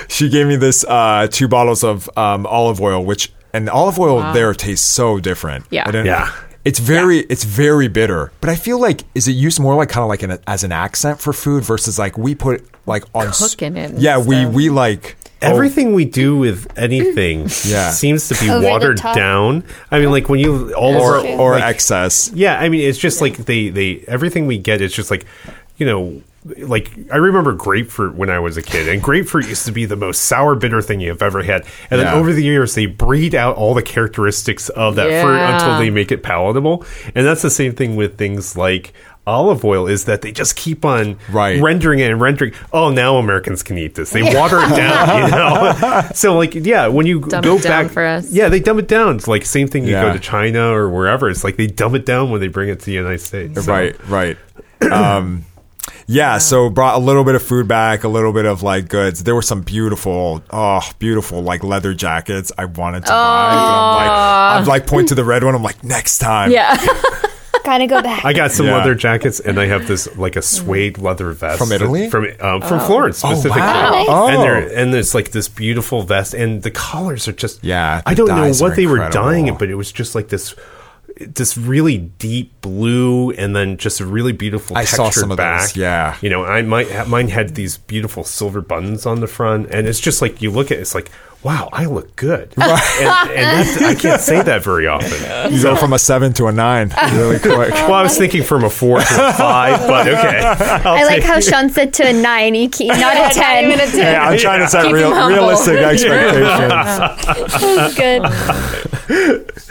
Speaker 4: She gave me this uh, two bottles of um, olive oil, which and olive oil there tastes so different.
Speaker 3: Yeah.
Speaker 4: I didn't-
Speaker 1: Yeah.
Speaker 4: It's very, it's very bitter, but I feel like is it used more like kind of like an, as an accent for food versus like we put like on s-
Speaker 3: Cooking it and
Speaker 4: Yeah, we
Speaker 3: stuff.
Speaker 4: we like
Speaker 1: Everything we do with anything
Speaker 4: Oh. <laughs> Yeah.
Speaker 1: seems to be
Speaker 2: Over the
Speaker 1: watered
Speaker 2: top.
Speaker 1: down. I mean, like when you all
Speaker 4: or
Speaker 1: of our,
Speaker 4: or
Speaker 1: like,
Speaker 4: excess.
Speaker 1: Yeah, I mean, it's just like they they everything we get. It's just like you know, like I remember grapefruit when I was a kid, and grapefruit used to be the most sour, bitter thing you've ever had. And
Speaker 4: Yeah.
Speaker 1: then over the years, they breed out all the characteristics of that fruit
Speaker 3: Yeah.
Speaker 1: until they make it palatable. And that's the same thing with things like. Olive oil is that they just keep on
Speaker 4: Right.
Speaker 1: rendering it and rendering. Oh, now Americans can eat this. They water it down,
Speaker 3: <laughs>
Speaker 1: you know. So, like, yeah, when you
Speaker 3: Dumb
Speaker 1: go
Speaker 3: it down
Speaker 1: back
Speaker 3: for us.
Speaker 1: yeah, they dumb it down. It's like same thing. You
Speaker 4: Yeah.
Speaker 1: go to China or wherever. It's like they dumb it down when they bring it to the United States. So-
Speaker 4: Right,
Speaker 1: <clears throat>
Speaker 4: right. Um, yeah, so brought a little bit of food back, a little bit of like goods. There were some beautiful, oh, beautiful like leather jackets I wanted to
Speaker 3: Oh,
Speaker 4: buy. But I'm like, I'm like point to the red one. I'm like, next time.
Speaker 3: Uh, Yeah.
Speaker 2: Gotta go back.
Speaker 1: I got some
Speaker 4: Yeah.
Speaker 1: leather jackets, and I have this like a suede leather vest
Speaker 4: From Italy?
Speaker 1: from um, from Florence specifically.
Speaker 4: wow. Oh.
Speaker 1: And there and there's like this beautiful vest, and the colors are just
Speaker 4: Yeah,
Speaker 1: I
Speaker 4: the
Speaker 1: don't know
Speaker 4: dyes
Speaker 1: what
Speaker 4: are
Speaker 1: they were
Speaker 4: incredible.
Speaker 1: dyeing it, but it was just like this this really deep blue, and then just a really beautiful.
Speaker 4: I saw
Speaker 1: textured
Speaker 4: some of those,
Speaker 1: back.
Speaker 4: yeah.
Speaker 1: you know, I might ha- mine had these beautiful silver buttons on the front, and it's just like you look at it, it's like. Wow, I look good, and, and that's, I can't say that very often.
Speaker 4: You go from a seven to a nine really quick.
Speaker 1: Well, I was thinking from a four
Speaker 4: <laughs>
Speaker 1: to a five, but okay. I'll
Speaker 2: I like
Speaker 1: take-
Speaker 2: how Sean said to a nine, he <laughs> ke- not a ten.
Speaker 3: even a ten.
Speaker 4: Yeah, I'm trying to set
Speaker 3: Keep him
Speaker 4: real,
Speaker 3: humble.
Speaker 4: realistic expectations.
Speaker 2: That's
Speaker 4: <laughs>
Speaker 2: <laughs> good.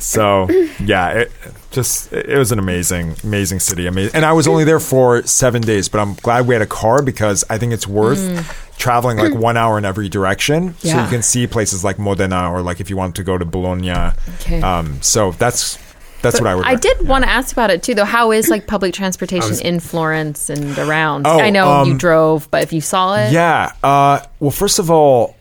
Speaker 4: So yeah, it just it was an amazing, amazing city. Amazing, and I was only there for seven days, but I'm glad we had a car because I think it's worth traveling like one hour in every direction, so
Speaker 3: Mm. Yeah.
Speaker 4: you can see places like Modena or like if you want to go to Bologna.
Speaker 3: Okay.
Speaker 4: Um, so that's that's what I would.
Speaker 3: I
Speaker 4: rec-
Speaker 3: did want to ask about it too, though. How is like public transportation in Florence and around?
Speaker 4: Oh,
Speaker 3: I know you
Speaker 4: um,
Speaker 3: drove, but if you saw it,
Speaker 4: Yeah. Uh, well, first of all,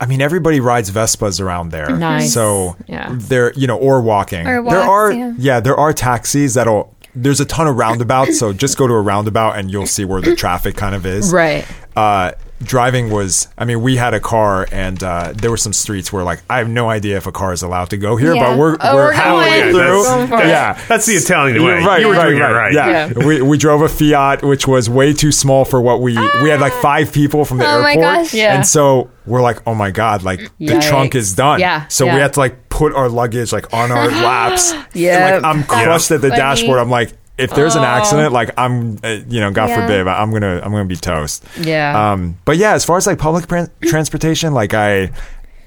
Speaker 4: I mean everybody rides Vespas around there,
Speaker 3: Nice.
Speaker 4: so
Speaker 3: Yeah.
Speaker 4: they're you know or walking. there
Speaker 2: Or walks,
Speaker 4: are
Speaker 2: yeah.
Speaker 4: there are taxis that'll. There's a ton of roundabouts, so just go to a roundabout and you'll see where the traffic kind of is.
Speaker 3: Right.
Speaker 4: Uh, driving was i mean we had a car and uh, there were some streets where like i have no idea if a car is allowed to go here
Speaker 2: Yeah.
Speaker 4: but we're,
Speaker 3: Oh,
Speaker 4: we're,
Speaker 3: we're
Speaker 4: howling
Speaker 3: going.
Speaker 4: through
Speaker 3: Going for it.
Speaker 4: yeah
Speaker 1: That's the Italian way.
Speaker 4: You're right,
Speaker 1: You were
Speaker 4: right,
Speaker 1: doing it
Speaker 4: right,
Speaker 1: right.
Speaker 4: Yeah, we, we drove a Fiat, which was way too small for what we we had like five people from the
Speaker 2: Oh my
Speaker 4: airport,
Speaker 2: gosh. Yeah.
Speaker 4: and so we're like, oh my god, like the
Speaker 3: Yikes.
Speaker 4: trunk is done.
Speaker 3: Yeah,
Speaker 4: so
Speaker 3: yeah.
Speaker 4: we had to like put our luggage like
Speaker 3: <laughs>
Speaker 4: on our laps. And,
Speaker 3: Yep. Oh.
Speaker 4: like I'm crushed at the
Speaker 2: funny.
Speaker 4: dashboard. I'm like. If there's an accident, like I'm, uh, you know, God
Speaker 2: Yeah.
Speaker 4: forbid, I'm gonna, I'm gonna be toast.
Speaker 3: Yeah.
Speaker 4: Um. But yeah, as far as like public pran- transportation, like I,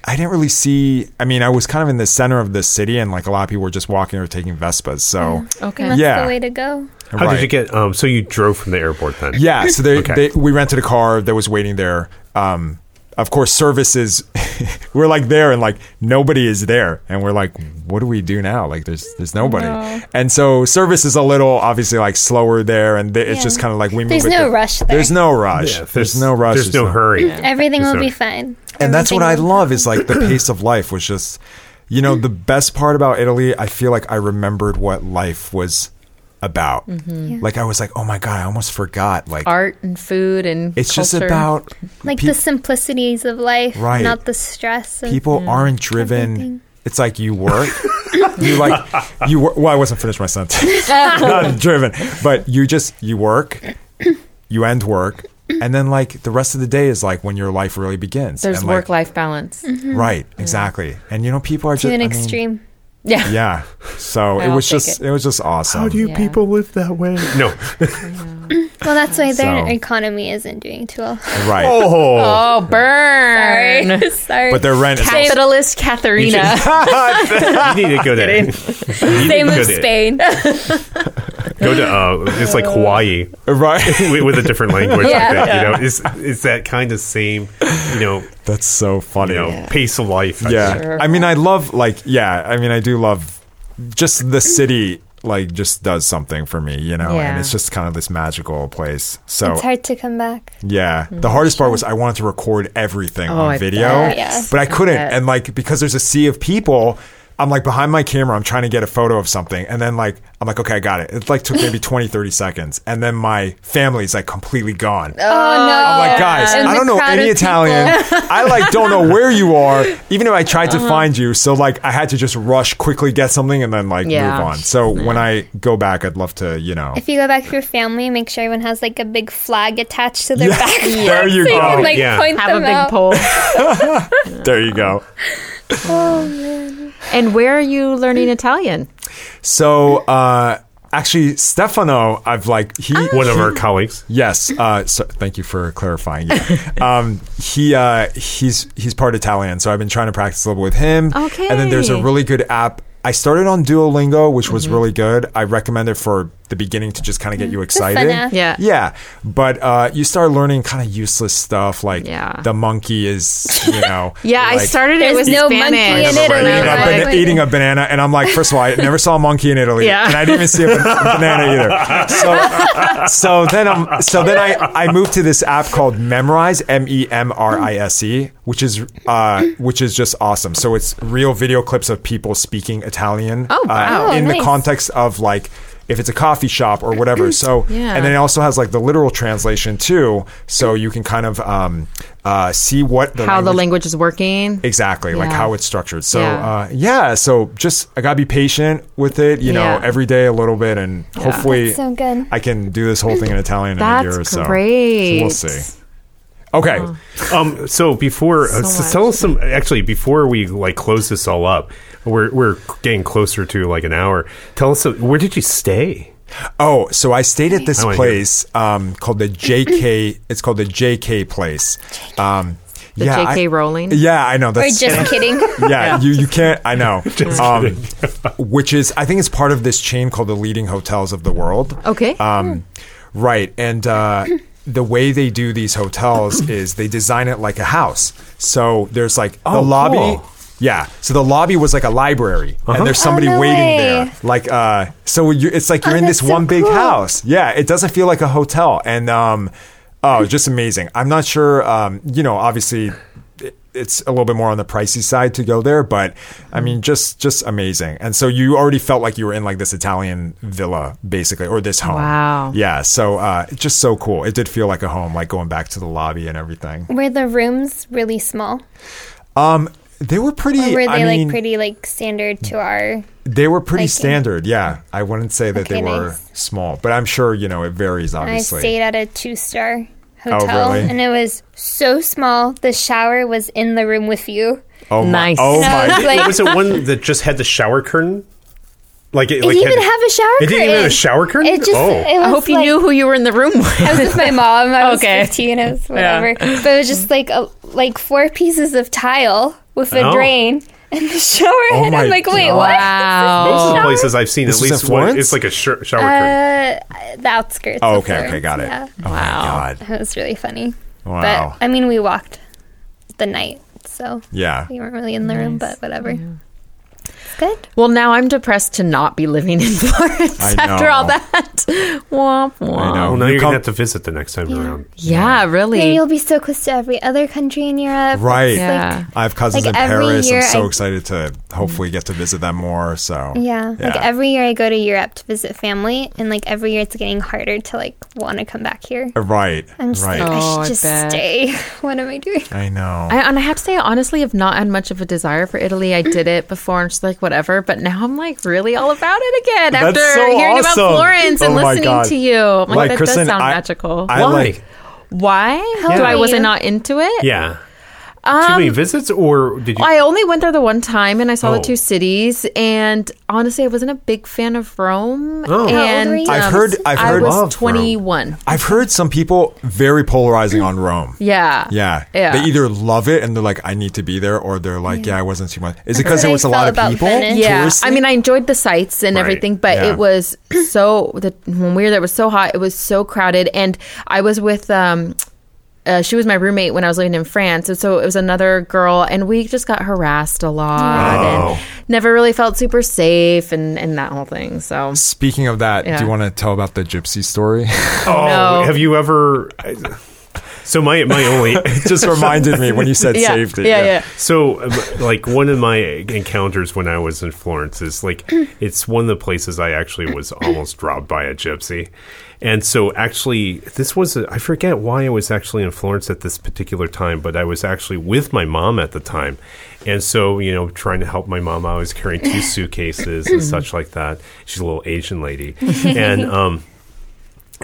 Speaker 4: I didn't really see. I mean, I was kind of in the center of the city, and like a lot of people were just walking or taking Vespas. So
Speaker 3: Okay.
Speaker 2: And that's
Speaker 4: Yeah.
Speaker 2: the way to go.
Speaker 1: How
Speaker 4: Right.
Speaker 1: did you get? Um, so you drove from the airport then?
Speaker 4: Yeah, so they,
Speaker 1: Okay.
Speaker 4: they we rented a car that was waiting there. Um, of course, services. <laughs> we're like there, and like nobody is there, and we're like, what do we do now? Like, there's there's nobody, and so service is a little obviously like slower there, and they, it's
Speaker 2: Yeah.
Speaker 4: just kind of like we.
Speaker 2: There's
Speaker 4: move it
Speaker 2: no
Speaker 4: to-
Speaker 2: rush there.
Speaker 4: There's no rush.
Speaker 1: Yeah,
Speaker 4: there's, no rush.
Speaker 1: There's no hurry.
Speaker 2: Everything will
Speaker 1: So-
Speaker 2: be fine.
Speaker 4: and that's what I
Speaker 2: Everything will-
Speaker 4: love is
Speaker 2: <clears throat>
Speaker 4: like the pace of life was just, you know, the best part about Italy. I feel like I remembered what life was about.
Speaker 2: Mm-hmm.
Speaker 4: Like I was like, oh my god, I almost forgot. Like
Speaker 3: Art and food and
Speaker 4: it's just
Speaker 3: culture.
Speaker 4: about
Speaker 2: Like
Speaker 4: peop-
Speaker 2: the simplicities of life,
Speaker 4: Right.
Speaker 2: not the stress. Of,
Speaker 4: people aren't driven.
Speaker 2: Everything.
Speaker 4: It's like you
Speaker 2: <laughs>
Speaker 4: work. you like you work. Well, I wasn't finished my
Speaker 2: <laughs>
Speaker 4: sentence. Not driven, but you just you work. You end work, and then like the rest of the day is like when your life really begins.
Speaker 3: There's
Speaker 4: and, like,
Speaker 3: work life balance.
Speaker 2: Mm-hmm.
Speaker 4: Right, exactly. And you know, people are
Speaker 2: to
Speaker 4: just
Speaker 2: an
Speaker 4: I mean,
Speaker 2: extreme.
Speaker 3: Yeah.
Speaker 4: yeah. So it
Speaker 3: I'll
Speaker 4: was
Speaker 3: take
Speaker 4: just
Speaker 3: it.
Speaker 4: it. was just awesome.
Speaker 1: How do you
Speaker 3: Yeah.
Speaker 1: people live that way? No.
Speaker 2: Well, that's why their
Speaker 4: So-
Speaker 2: economy isn't doing too well.
Speaker 4: right.
Speaker 1: <laughs> Oh,
Speaker 3: Oh, burn. <laughs>
Speaker 2: Sorry. Sorry.
Speaker 4: But their rent is
Speaker 3: Capitalist Katharina.
Speaker 1: you need to go to. you need
Speaker 2: Same
Speaker 1: to go
Speaker 2: with
Speaker 1: to-
Speaker 2: Spain.
Speaker 1: Go to uh, it's like Hawaii <laughs>
Speaker 4: right. <laughs>
Speaker 1: with, with a different language.
Speaker 2: Yeah.
Speaker 1: I think, You know, it's it's that kind of same, you know,
Speaker 4: That's so funny.
Speaker 1: you know, pace of life. I
Speaker 4: Yeah.
Speaker 1: think.
Speaker 3: Sure.
Speaker 4: I mean, I love like yeah. I mean, I do love just the city. Like just does something for me, you know,
Speaker 3: Yeah.
Speaker 4: and it's just kind of this magical place. So
Speaker 2: It's hard to come back.
Speaker 4: yeah, the hardest part was I wanted to record everything
Speaker 3: Mhm. Oh,
Speaker 4: on
Speaker 3: I
Speaker 4: video,
Speaker 3: bet.
Speaker 2: Yeah.
Speaker 4: but I couldn't.
Speaker 3: bet.
Speaker 4: And like because there's a sea of people, I'm like behind my camera, I'm trying to get a photo of something, and then like I'm like okay, I got it. It like took
Speaker 3: <laughs>
Speaker 4: maybe 20, 30 seconds, and then my family's like completely gone.
Speaker 2: Oh, no.
Speaker 4: I'm like, guys,
Speaker 2: In
Speaker 4: I
Speaker 2: the
Speaker 4: don't know
Speaker 2: crowd
Speaker 4: any
Speaker 2: of people. Uh-huh.
Speaker 4: Italian. I like don't know where you are, even if I tried to find you. So like I had to just rush quickly, get something, and then like
Speaker 3: Yeah.
Speaker 4: move on. So when I go back, I'd love to, you know.
Speaker 2: If you go back to your family, make sure everyone has like a big flag attached to their
Speaker 4: Yeah. Oh,
Speaker 2: back.
Speaker 4: <laughs> There you
Speaker 2: so You
Speaker 4: go.
Speaker 2: can, like,
Speaker 1: Yeah.
Speaker 2: point
Speaker 3: <laughs> Have a
Speaker 2: them
Speaker 3: big
Speaker 2: out.
Speaker 3: poll.
Speaker 4: There you go.
Speaker 3: And where are you learning Italian?
Speaker 4: So uh actually Stefano, I've like he
Speaker 2: Oh,
Speaker 1: One of
Speaker 4: he-
Speaker 1: our colleagues.
Speaker 4: Yes. Uh, so, thank you for clarifying.
Speaker 3: <laughs>
Speaker 4: Yeah. Um, he uh, he's he's part Italian, so I've been trying to practice a little with him.
Speaker 3: Okay. Mm-hmm.
Speaker 4: And then there's a really good app. I started on Duolingo, which was really good. I recommend it for the beginning to just kind of
Speaker 3: Mm.
Speaker 4: get you
Speaker 2: fun
Speaker 4: excited.
Speaker 2: app.
Speaker 3: Yeah.
Speaker 4: Yeah. But uh, you start learning kind of useless stuff like
Speaker 3: Yeah.
Speaker 4: the monkey is, you know.
Speaker 3: <laughs> Yeah, I
Speaker 4: like-
Speaker 3: started it with
Speaker 2: There's no
Speaker 3: Spanish.
Speaker 2: monkey in
Speaker 1: I
Speaker 2: it.
Speaker 1: never
Speaker 2: and
Speaker 1: read
Speaker 4: Eating
Speaker 2: I'm
Speaker 4: a,
Speaker 1: about
Speaker 2: like,
Speaker 4: bana- eating a banana, and I'm like, first of all, I never saw a monkey in Italy,
Speaker 3: Yeah.
Speaker 4: and I didn't even see a ban- banana either.
Speaker 3: <laughs>
Speaker 4: So, so then, i so then I, I moved to this app called Memrise, M E M R I S E, which is uh, which is just awesome. So it's real video clips of people speaking Italian
Speaker 3: Oh, wow.
Speaker 4: uh, in the
Speaker 2: Nice.
Speaker 4: context of like if it's a coffee shop or whatever. So
Speaker 3: Mm-hmm. Yeah.
Speaker 4: and then it also has like the literal translation too, so you can kind of um, uh, see what the
Speaker 3: How the
Speaker 4: language
Speaker 3: language is working.
Speaker 4: Exactly, like
Speaker 3: Yeah.
Speaker 4: how it's structured. So
Speaker 3: Yeah.
Speaker 4: yeah. Uh, yeah, so just I gotta be patient with it. You
Speaker 3: Yeah.
Speaker 4: know, every day a little bit, and hopefully
Speaker 2: That's so good.
Speaker 4: I can do this whole thing in Italian in a year or
Speaker 3: That's
Speaker 4: so.
Speaker 3: great.
Speaker 4: We'll see. Okay,
Speaker 1: Um, so before, uh,
Speaker 3: So
Speaker 1: so
Speaker 3: much.
Speaker 1: tell us some. Actually, before we like close this all up, we're we're getting closer to like an hour. Tell us, uh, where did you stay?
Speaker 4: Oh, so I stayed at this
Speaker 1: I wanna hear.
Speaker 4: place um, called the JK. it's called the JK place. Um,
Speaker 3: The
Speaker 4: yeah,
Speaker 3: JK
Speaker 4: I-
Speaker 3: Rowling?
Speaker 4: Yeah, I know.
Speaker 2: Or
Speaker 4: That's <laughs>
Speaker 2: just kidding.
Speaker 4: yeah, you, you can't. I know. um, which is, I think, it's part of this chain called the Leading Hotels of the World.
Speaker 3: Okay.
Speaker 4: Um, right. And uh, <clears throat> the way they do these
Speaker 2: <clears throat>
Speaker 4: hotels is they design it like a house. So there's like
Speaker 2: Oh,
Speaker 4: the lobby.
Speaker 1: cool.
Speaker 4: Yeah. So the lobby was like a library, and there's somebody
Speaker 2: Uh-huh. Oh, no
Speaker 4: waiting
Speaker 2: way.
Speaker 4: there. Like, uh, so you it's like you're
Speaker 2: Oh,
Speaker 4: in this
Speaker 2: that's so
Speaker 4: one big
Speaker 2: cool.
Speaker 4: house. Yeah. It doesn't feel like a hotel. And, um, oh, just amazing. I'm not sure, um, you know, obviously. it's a little bit more on the pricey side to go there, but I mean, just just amazing. And so you already felt like you were in like this Italian villa, basically, or this home.
Speaker 3: Wow.
Speaker 4: Yeah. So uh, it's just so cool. It did feel like a home, like going back to the lobby and everything.
Speaker 2: Were the rooms really small?
Speaker 4: They were pretty.
Speaker 2: Or were they
Speaker 4: I
Speaker 2: like
Speaker 4: mean,
Speaker 2: pretty like standard to our?
Speaker 4: They were pretty
Speaker 2: like-
Speaker 4: standard. Yeah, I wouldn't say that they
Speaker 2: Okay,
Speaker 4: were
Speaker 2: nice.
Speaker 4: small, but I'm sure you know it varies. Obviously.
Speaker 2: I stayed at a two star hotel,
Speaker 4: Oh, really?
Speaker 2: and it was so small. The shower was in the room with you.
Speaker 4: Oh
Speaker 3: Nice.
Speaker 4: My, oh
Speaker 2: And I
Speaker 4: my.
Speaker 2: was like,
Speaker 1: was it one that just had the shower curtain? Like it,
Speaker 2: it
Speaker 1: like
Speaker 2: didn't even
Speaker 1: had-
Speaker 2: have a shower
Speaker 1: It
Speaker 2: curtain.
Speaker 1: didn't even have a shower curtain.
Speaker 2: It just.
Speaker 1: oh,
Speaker 2: It was
Speaker 3: I hope you
Speaker 2: like-
Speaker 3: knew who you were in the room
Speaker 2: I <laughs>
Speaker 3: with.
Speaker 2: was with my mom. I was
Speaker 3: Okay.
Speaker 2: 15. I was whatever. But it was just like a, like four pieces of tile with a
Speaker 1: Oh.
Speaker 2: drain and the <laughs> shower
Speaker 4: Oh
Speaker 2: head. I'm
Speaker 4: my
Speaker 2: like, wait,
Speaker 4: God.
Speaker 2: what? <laughs>
Speaker 1: most
Speaker 3: Wow.
Speaker 1: of the places I've seen,
Speaker 4: This
Speaker 1: at
Speaker 4: was in
Speaker 1: least one,
Speaker 4: Florence?
Speaker 1: it's like a sh- shower curtain.
Speaker 2: Uh, the outskirts.
Speaker 4: Oh,
Speaker 2: of
Speaker 4: okay. Okay.
Speaker 2: Florence,
Speaker 4: Got it.
Speaker 2: Yeah,
Speaker 4: Oh my god.
Speaker 2: that was really funny.
Speaker 4: Wow.
Speaker 2: But I mean, we walked the night, so
Speaker 4: Yeah.
Speaker 2: we weren't really in the room, but whatever. It's good.
Speaker 3: Well, now I'm depressed to not be living in <laughs> Florence
Speaker 4: I
Speaker 3: after all
Speaker 4: know.
Speaker 3: that. <laughs> womp womp.
Speaker 4: know.
Speaker 1: Oh, now
Speaker 4: You
Speaker 1: you're
Speaker 4: come-
Speaker 1: gonna have to visit the next time around.
Speaker 3: Yeah, really.
Speaker 2: Maybe you'll be so close to every other country in Europe.
Speaker 4: Right.
Speaker 2: It's
Speaker 3: Yeah.
Speaker 2: Like,
Speaker 4: I have cousins
Speaker 2: Like
Speaker 4: in
Speaker 2: every
Speaker 4: Paris.
Speaker 2: year
Speaker 4: I'm so
Speaker 2: I-
Speaker 4: excited to hopefully get to visit them more. So
Speaker 2: yeah, Like
Speaker 4: Yeah.
Speaker 2: every year I go to Europe to visit family, and like every year it's getting harder to like want to come back here.
Speaker 4: right,
Speaker 2: I'm just
Speaker 4: right.
Speaker 2: like,
Speaker 3: Oh,
Speaker 2: I
Speaker 3: I
Speaker 2: should just
Speaker 3: bet.
Speaker 2: stay. <laughs> what am I doing?
Speaker 4: I know.
Speaker 3: I, and I have to say, honestly, I've not had much of a desire for Italy. I did it before and just like whatever, but now I'm like really all about it again
Speaker 4: That's
Speaker 3: after
Speaker 4: so
Speaker 3: hearing
Speaker 4: awesome.
Speaker 3: about Florence and
Speaker 4: Oh my
Speaker 3: listening
Speaker 4: God.
Speaker 3: to you. I'm like,
Speaker 4: Like,
Speaker 3: that
Speaker 4: Kristen,
Speaker 3: does sound
Speaker 4: I-
Speaker 3: magical.
Speaker 4: I
Speaker 1: Why?
Speaker 4: like.
Speaker 3: Why?
Speaker 2: old
Speaker 3: Do I
Speaker 2: are
Speaker 3: was I
Speaker 2: you?
Speaker 3: not into it?
Speaker 1: Yeah. Too many visits, or did you?
Speaker 3: I only went there the one time and I saw
Speaker 1: Oh.
Speaker 3: the two cities and honestly I wasn't a big fan of Rome.
Speaker 1: Oh. How old
Speaker 3: And um,
Speaker 2: were you?
Speaker 4: I've heard- I've heard-
Speaker 3: I was
Speaker 1: Love Rome.
Speaker 3: 21.
Speaker 4: I've heard some people very polarizing on Rome.
Speaker 3: Yeah.
Speaker 4: Yeah.
Speaker 3: Yeah.
Speaker 4: They either love it and they're like, I need to be there, or they're like, yeah, I wasn't too much. Is it because
Speaker 2: how
Speaker 4: there
Speaker 2: I
Speaker 4: was a
Speaker 2: felt
Speaker 4: lot of
Speaker 2: about
Speaker 4: people?
Speaker 2: Venice.
Speaker 3: Yeah,
Speaker 4: Touristy?
Speaker 3: I mean, I enjoyed the sights and
Speaker 1: Right.
Speaker 3: everything, but
Speaker 4: Yeah.
Speaker 3: it was so the when we were there it was so hot, it was so crowded, and I was with um, uh, she was my roommate when I was living in France, and so it was another girl, and we just got harassed a lot,
Speaker 1: Oh.
Speaker 3: and never really felt super safe, and and that whole thing. So
Speaker 4: Speaking of that,
Speaker 3: Yeah.
Speaker 4: do you want to tell about the gypsy story? <laughs>
Speaker 1: oh,
Speaker 3: No.
Speaker 1: have you ever? uh, So my my only
Speaker 4: <laughs> Just reminded me when you
Speaker 3: <laughs>
Speaker 4: said
Speaker 3: yeah,
Speaker 4: safety.
Speaker 3: yeah, yeah.
Speaker 1: So, um, like, one of my encounters when I was in Florence is like, it's one of the places I actually was almost robbed by a gypsy. And so, actually, this was, a, I forget why I was actually in Florence at this particular time, but I was actually with my mom at the time. And so, you know, trying to help my mom, I was carrying two suitcases and such like that. She's a little Asian lady. And, um,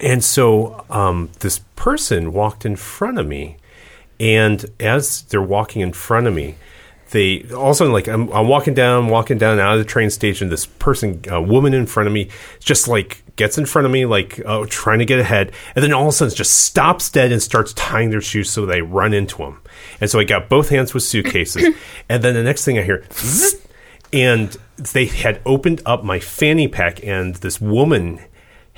Speaker 1: and so um, this person walked in front of me, and as they're walking in front of me, they all of a sudden like I'm, I'm walking down, walking down out of the train station. This person, a woman in front of me, just like gets in front of me, like uh, trying to get ahead, and then all of a sudden just stops dead and starts tying their shoes so they run into him. And so I got both hands with suitcases, and then the next thing I hear. "Zzz," And they had opened up my fanny pack, and this woman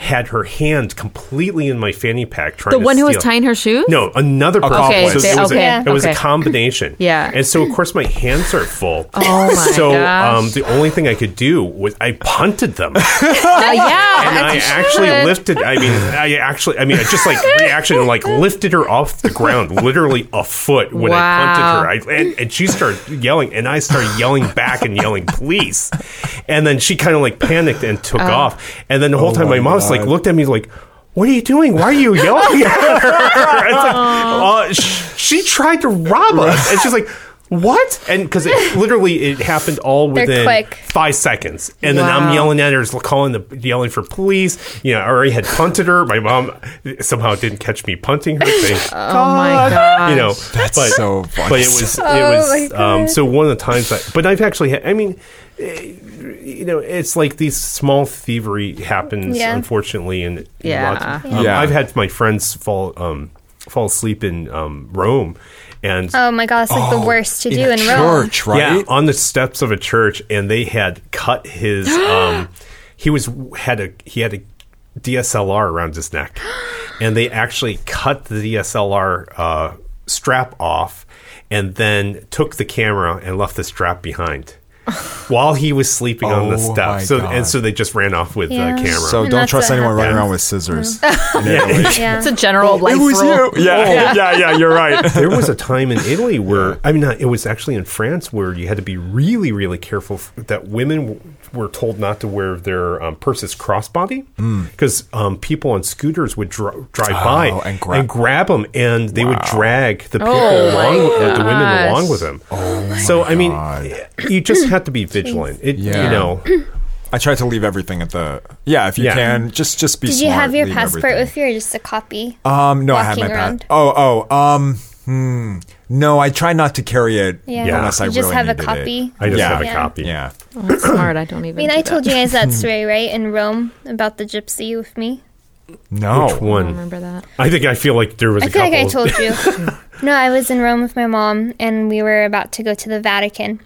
Speaker 1: had her hand completely in my fanny pack trying
Speaker 3: The
Speaker 1: to
Speaker 3: one who was
Speaker 1: steal-
Speaker 3: tying her shoes?
Speaker 1: no another person
Speaker 4: Okay,
Speaker 1: so
Speaker 4: they-
Speaker 1: it was,
Speaker 3: okay,
Speaker 1: a, it was a
Speaker 3: okay.
Speaker 1: combination
Speaker 3: <laughs> Yeah.
Speaker 1: and so of course my hands are full
Speaker 3: Oh my
Speaker 1: so
Speaker 3: gosh.
Speaker 1: um the only thing i could do was i punted
Speaker 3: <laughs>
Speaker 1: them
Speaker 3: Uh, <laughs> yeah,
Speaker 1: and
Speaker 3: as <laughs>
Speaker 1: i
Speaker 3: you
Speaker 1: actually
Speaker 3: should.
Speaker 1: lifted i mean i actually i mean i just like reaction like lifted her off the ground literally a foot when
Speaker 3: Wow.
Speaker 1: i punted her I, and, and she started yelling and i started yelling back and yelling please and then she kind of like panicked and
Speaker 3: Oh.
Speaker 1: took off and then the whole time
Speaker 4: my
Speaker 1: my mom's
Speaker 4: God.
Speaker 1: like looked at me like what are you doing? Why are you yelling at her? It's like,
Speaker 3: Oh.
Speaker 1: uh, sh- she tried to rob us, and she's like, "What?" And because it, literally it happened all within
Speaker 2: quick.
Speaker 1: five seconds, and then
Speaker 3: Wow.
Speaker 1: I'm yelling at her, calling the yelling for police. You know, I already had punted her. My mom somehow didn't catch me punting her. Thank
Speaker 3: Oh my god.
Speaker 1: you know,
Speaker 4: That's
Speaker 1: but,
Speaker 4: so funny.
Speaker 1: But it was, it
Speaker 2: my
Speaker 1: was.
Speaker 2: God.
Speaker 1: um, so one of the times that, but I've actually, had, I mean, eh, you know, it's like these small thievery happens,
Speaker 2: Yeah.
Speaker 1: unfortunately, and
Speaker 3: Yeah.
Speaker 1: Um,
Speaker 4: Yeah.
Speaker 1: I've had my friends fall um, fall asleep in um, Rome, and
Speaker 2: Oh my god, it's like the worst to do in,
Speaker 4: In a
Speaker 2: Rome.
Speaker 4: church, right?
Speaker 1: yeah, on the steps of a church, and they had cut his. um He was had a he had a DSLR around his neck, and they actually cut the DSLR uh, strap off, and then took the camera and left the strap behind. while he was sleeping on the
Speaker 4: Oh
Speaker 1: stuff.
Speaker 4: my
Speaker 1: So
Speaker 4: God.
Speaker 1: and so they just ran off with
Speaker 2: Yeah.
Speaker 1: the camera.
Speaker 4: So
Speaker 2: And
Speaker 4: don't
Speaker 2: that's
Speaker 4: trust
Speaker 2: what Mm-hmm.
Speaker 4: anyone running
Speaker 1: happens.
Speaker 4: around with scissors. <laughs> in Italy.
Speaker 2: Yeah.
Speaker 3: It's a general life
Speaker 4: It was
Speaker 3: rule.
Speaker 4: you. Oh. Yeah, yeah, yeah, You're right.
Speaker 1: there was a time in Italy where I mean, not, it was actually in France where you had to be really, really careful f- that women w- were told not to wear their um, purses crossbody because um, people on scooters would dr- drive by
Speaker 4: Hmm. Oh, and grab-
Speaker 1: grab them, and they would drag the people
Speaker 3: Oh, my
Speaker 1: along with the women
Speaker 3: gosh.
Speaker 1: along with them.
Speaker 4: Oh
Speaker 1: so I mean, you just had to be vigilant. It,
Speaker 4: Yeah.
Speaker 1: you know,
Speaker 4: <laughs> I try to leave everything at the. Yeah, if you
Speaker 1: Yeah.
Speaker 4: can, just just be.
Speaker 2: Did you
Speaker 4: smart,
Speaker 2: have your
Speaker 4: leave
Speaker 2: passport
Speaker 4: everything.
Speaker 2: with you or just a copy?
Speaker 4: Um, no, I have my
Speaker 2: walking
Speaker 4: passport.
Speaker 2: around?
Speaker 4: Oh, oh, um, hmm. No, I try not to carry it
Speaker 2: Yeah.
Speaker 4: unless I
Speaker 2: You just
Speaker 4: really
Speaker 2: have a
Speaker 4: needed
Speaker 2: copy?
Speaker 4: It.
Speaker 1: I just
Speaker 4: yeah.
Speaker 1: have a
Speaker 2: Yeah.
Speaker 1: copy.
Speaker 4: Yeah.
Speaker 1: <laughs>
Speaker 3: That's smart. I don't even.
Speaker 2: I mean, I told you guys
Speaker 4: <laughs>
Speaker 2: that story, right? In Rome about the gypsy with me.
Speaker 4: No.
Speaker 1: Which
Speaker 3: I don't
Speaker 1: one?
Speaker 3: remember that.
Speaker 1: I think I feel like there was a
Speaker 2: I feel like
Speaker 1: couple.
Speaker 2: I told you. no, I was in Rome with my mom, and we were about to go to the Vatican,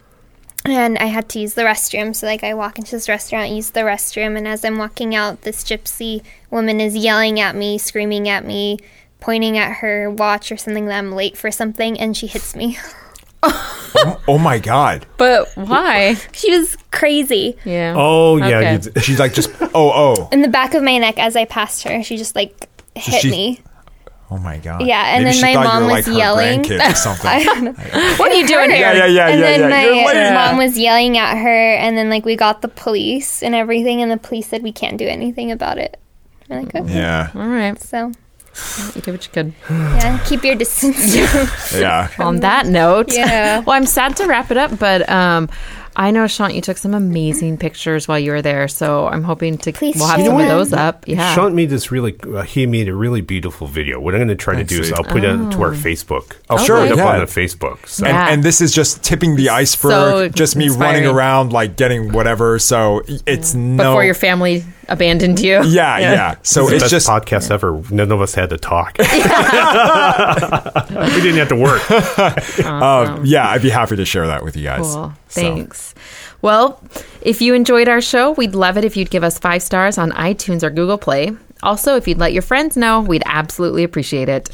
Speaker 2: and I had to use the restroom. So, like, I walk into this restaurant, use the restroom, and as I'm walking out, this gypsy woman is yelling at me, screaming at me, pointing at her watch or something that I'm late for something, and she hits me. <laughs>
Speaker 4: Oh my God.
Speaker 3: But why?
Speaker 2: she was crazy.
Speaker 3: Yeah.
Speaker 1: <laughs> oh yeah,
Speaker 3: Okay.
Speaker 1: you d-
Speaker 4: She's like just. Oh, oh.
Speaker 2: In the back of my neck, as I passed her, she just like hit
Speaker 4: she-
Speaker 2: me. <laughs>
Speaker 4: Oh my God.
Speaker 2: Yeah, and
Speaker 4: Maybe
Speaker 2: then
Speaker 4: she thought
Speaker 2: my
Speaker 4: you
Speaker 2: mom
Speaker 4: were, like,
Speaker 2: was
Speaker 4: her
Speaker 2: yelling.
Speaker 4: grandkid Or something.
Speaker 2: <laughs> I don't know.
Speaker 3: what are you doing here?
Speaker 4: Yeah, yeah, yeah,
Speaker 2: and then
Speaker 4: yeah. You're "Ah."
Speaker 2: my
Speaker 4: late.
Speaker 2: uh, mom was yelling at her, and then like we got the police and everything, and the police said we can't do anything about it. I'm like, okay.
Speaker 4: yeah.
Speaker 3: All right.
Speaker 2: So
Speaker 3: You did what you could.
Speaker 2: yeah, keep your distance.
Speaker 4: <laughs>
Speaker 2: <laughs>
Speaker 4: Yeah.
Speaker 3: On that note,
Speaker 2: Yeah.
Speaker 3: <laughs> well, I'm sad to wrap it up, but um, I know Sean, you took some amazing pictures while you were there, so I'm hoping to
Speaker 2: Please
Speaker 3: we'll have
Speaker 2: share
Speaker 3: some of
Speaker 2: them.
Speaker 3: those up. Yeah.
Speaker 1: Sean made this really. Uh, he made a really beautiful video. What I'm going to try to do is
Speaker 4: see.
Speaker 1: I'll put it to our Facebook. I'll
Speaker 4: Okay. Sure,
Speaker 1: put it up
Speaker 4: Oh. yeah.
Speaker 1: on the Facebook. So
Speaker 3: Yeah.
Speaker 4: And, and this is just tipping the iceberg.
Speaker 3: So
Speaker 4: just me
Speaker 3: inspiring.
Speaker 4: running around, like getting whatever. So it's no.
Speaker 3: Before your family abandoned you.
Speaker 4: yeah, yeah, So
Speaker 1: it's the
Speaker 4: it's
Speaker 1: best
Speaker 4: just
Speaker 1: podcast ever. None of us had to
Speaker 4: <laughs>
Speaker 1: talk. <laughs> we didn't have to work.
Speaker 4: Uh, yeah, I'd be happy to share that with you guys.
Speaker 3: Cool.
Speaker 4: So,
Speaker 3: Thanks. Well, if you enjoyed our show, we'd love it if you'd give us five stars on iTunes or Google Play. Also, if you'd let your friends know, we'd absolutely appreciate it.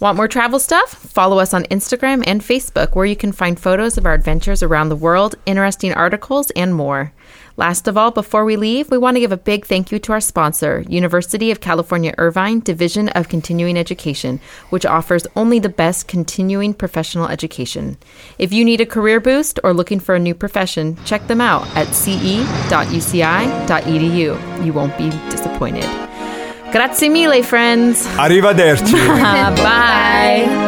Speaker 3: Want more travel stuff? Follow us on Instagram and Facebook, where you can find photos of our adventures around the world, interesting articles, and more. Last of all, before we leave, we want to give a big thank you to our sponsor, University of California Irvine Division of Continuing Education, which offers only the best continuing professional education. If you need a career boost or looking for a new profession, check them out at ce.uci.edu. e You won't be disappointed. Grazie mille, friends. <laughs>
Speaker 4: Arrivederci.
Speaker 3: Bye.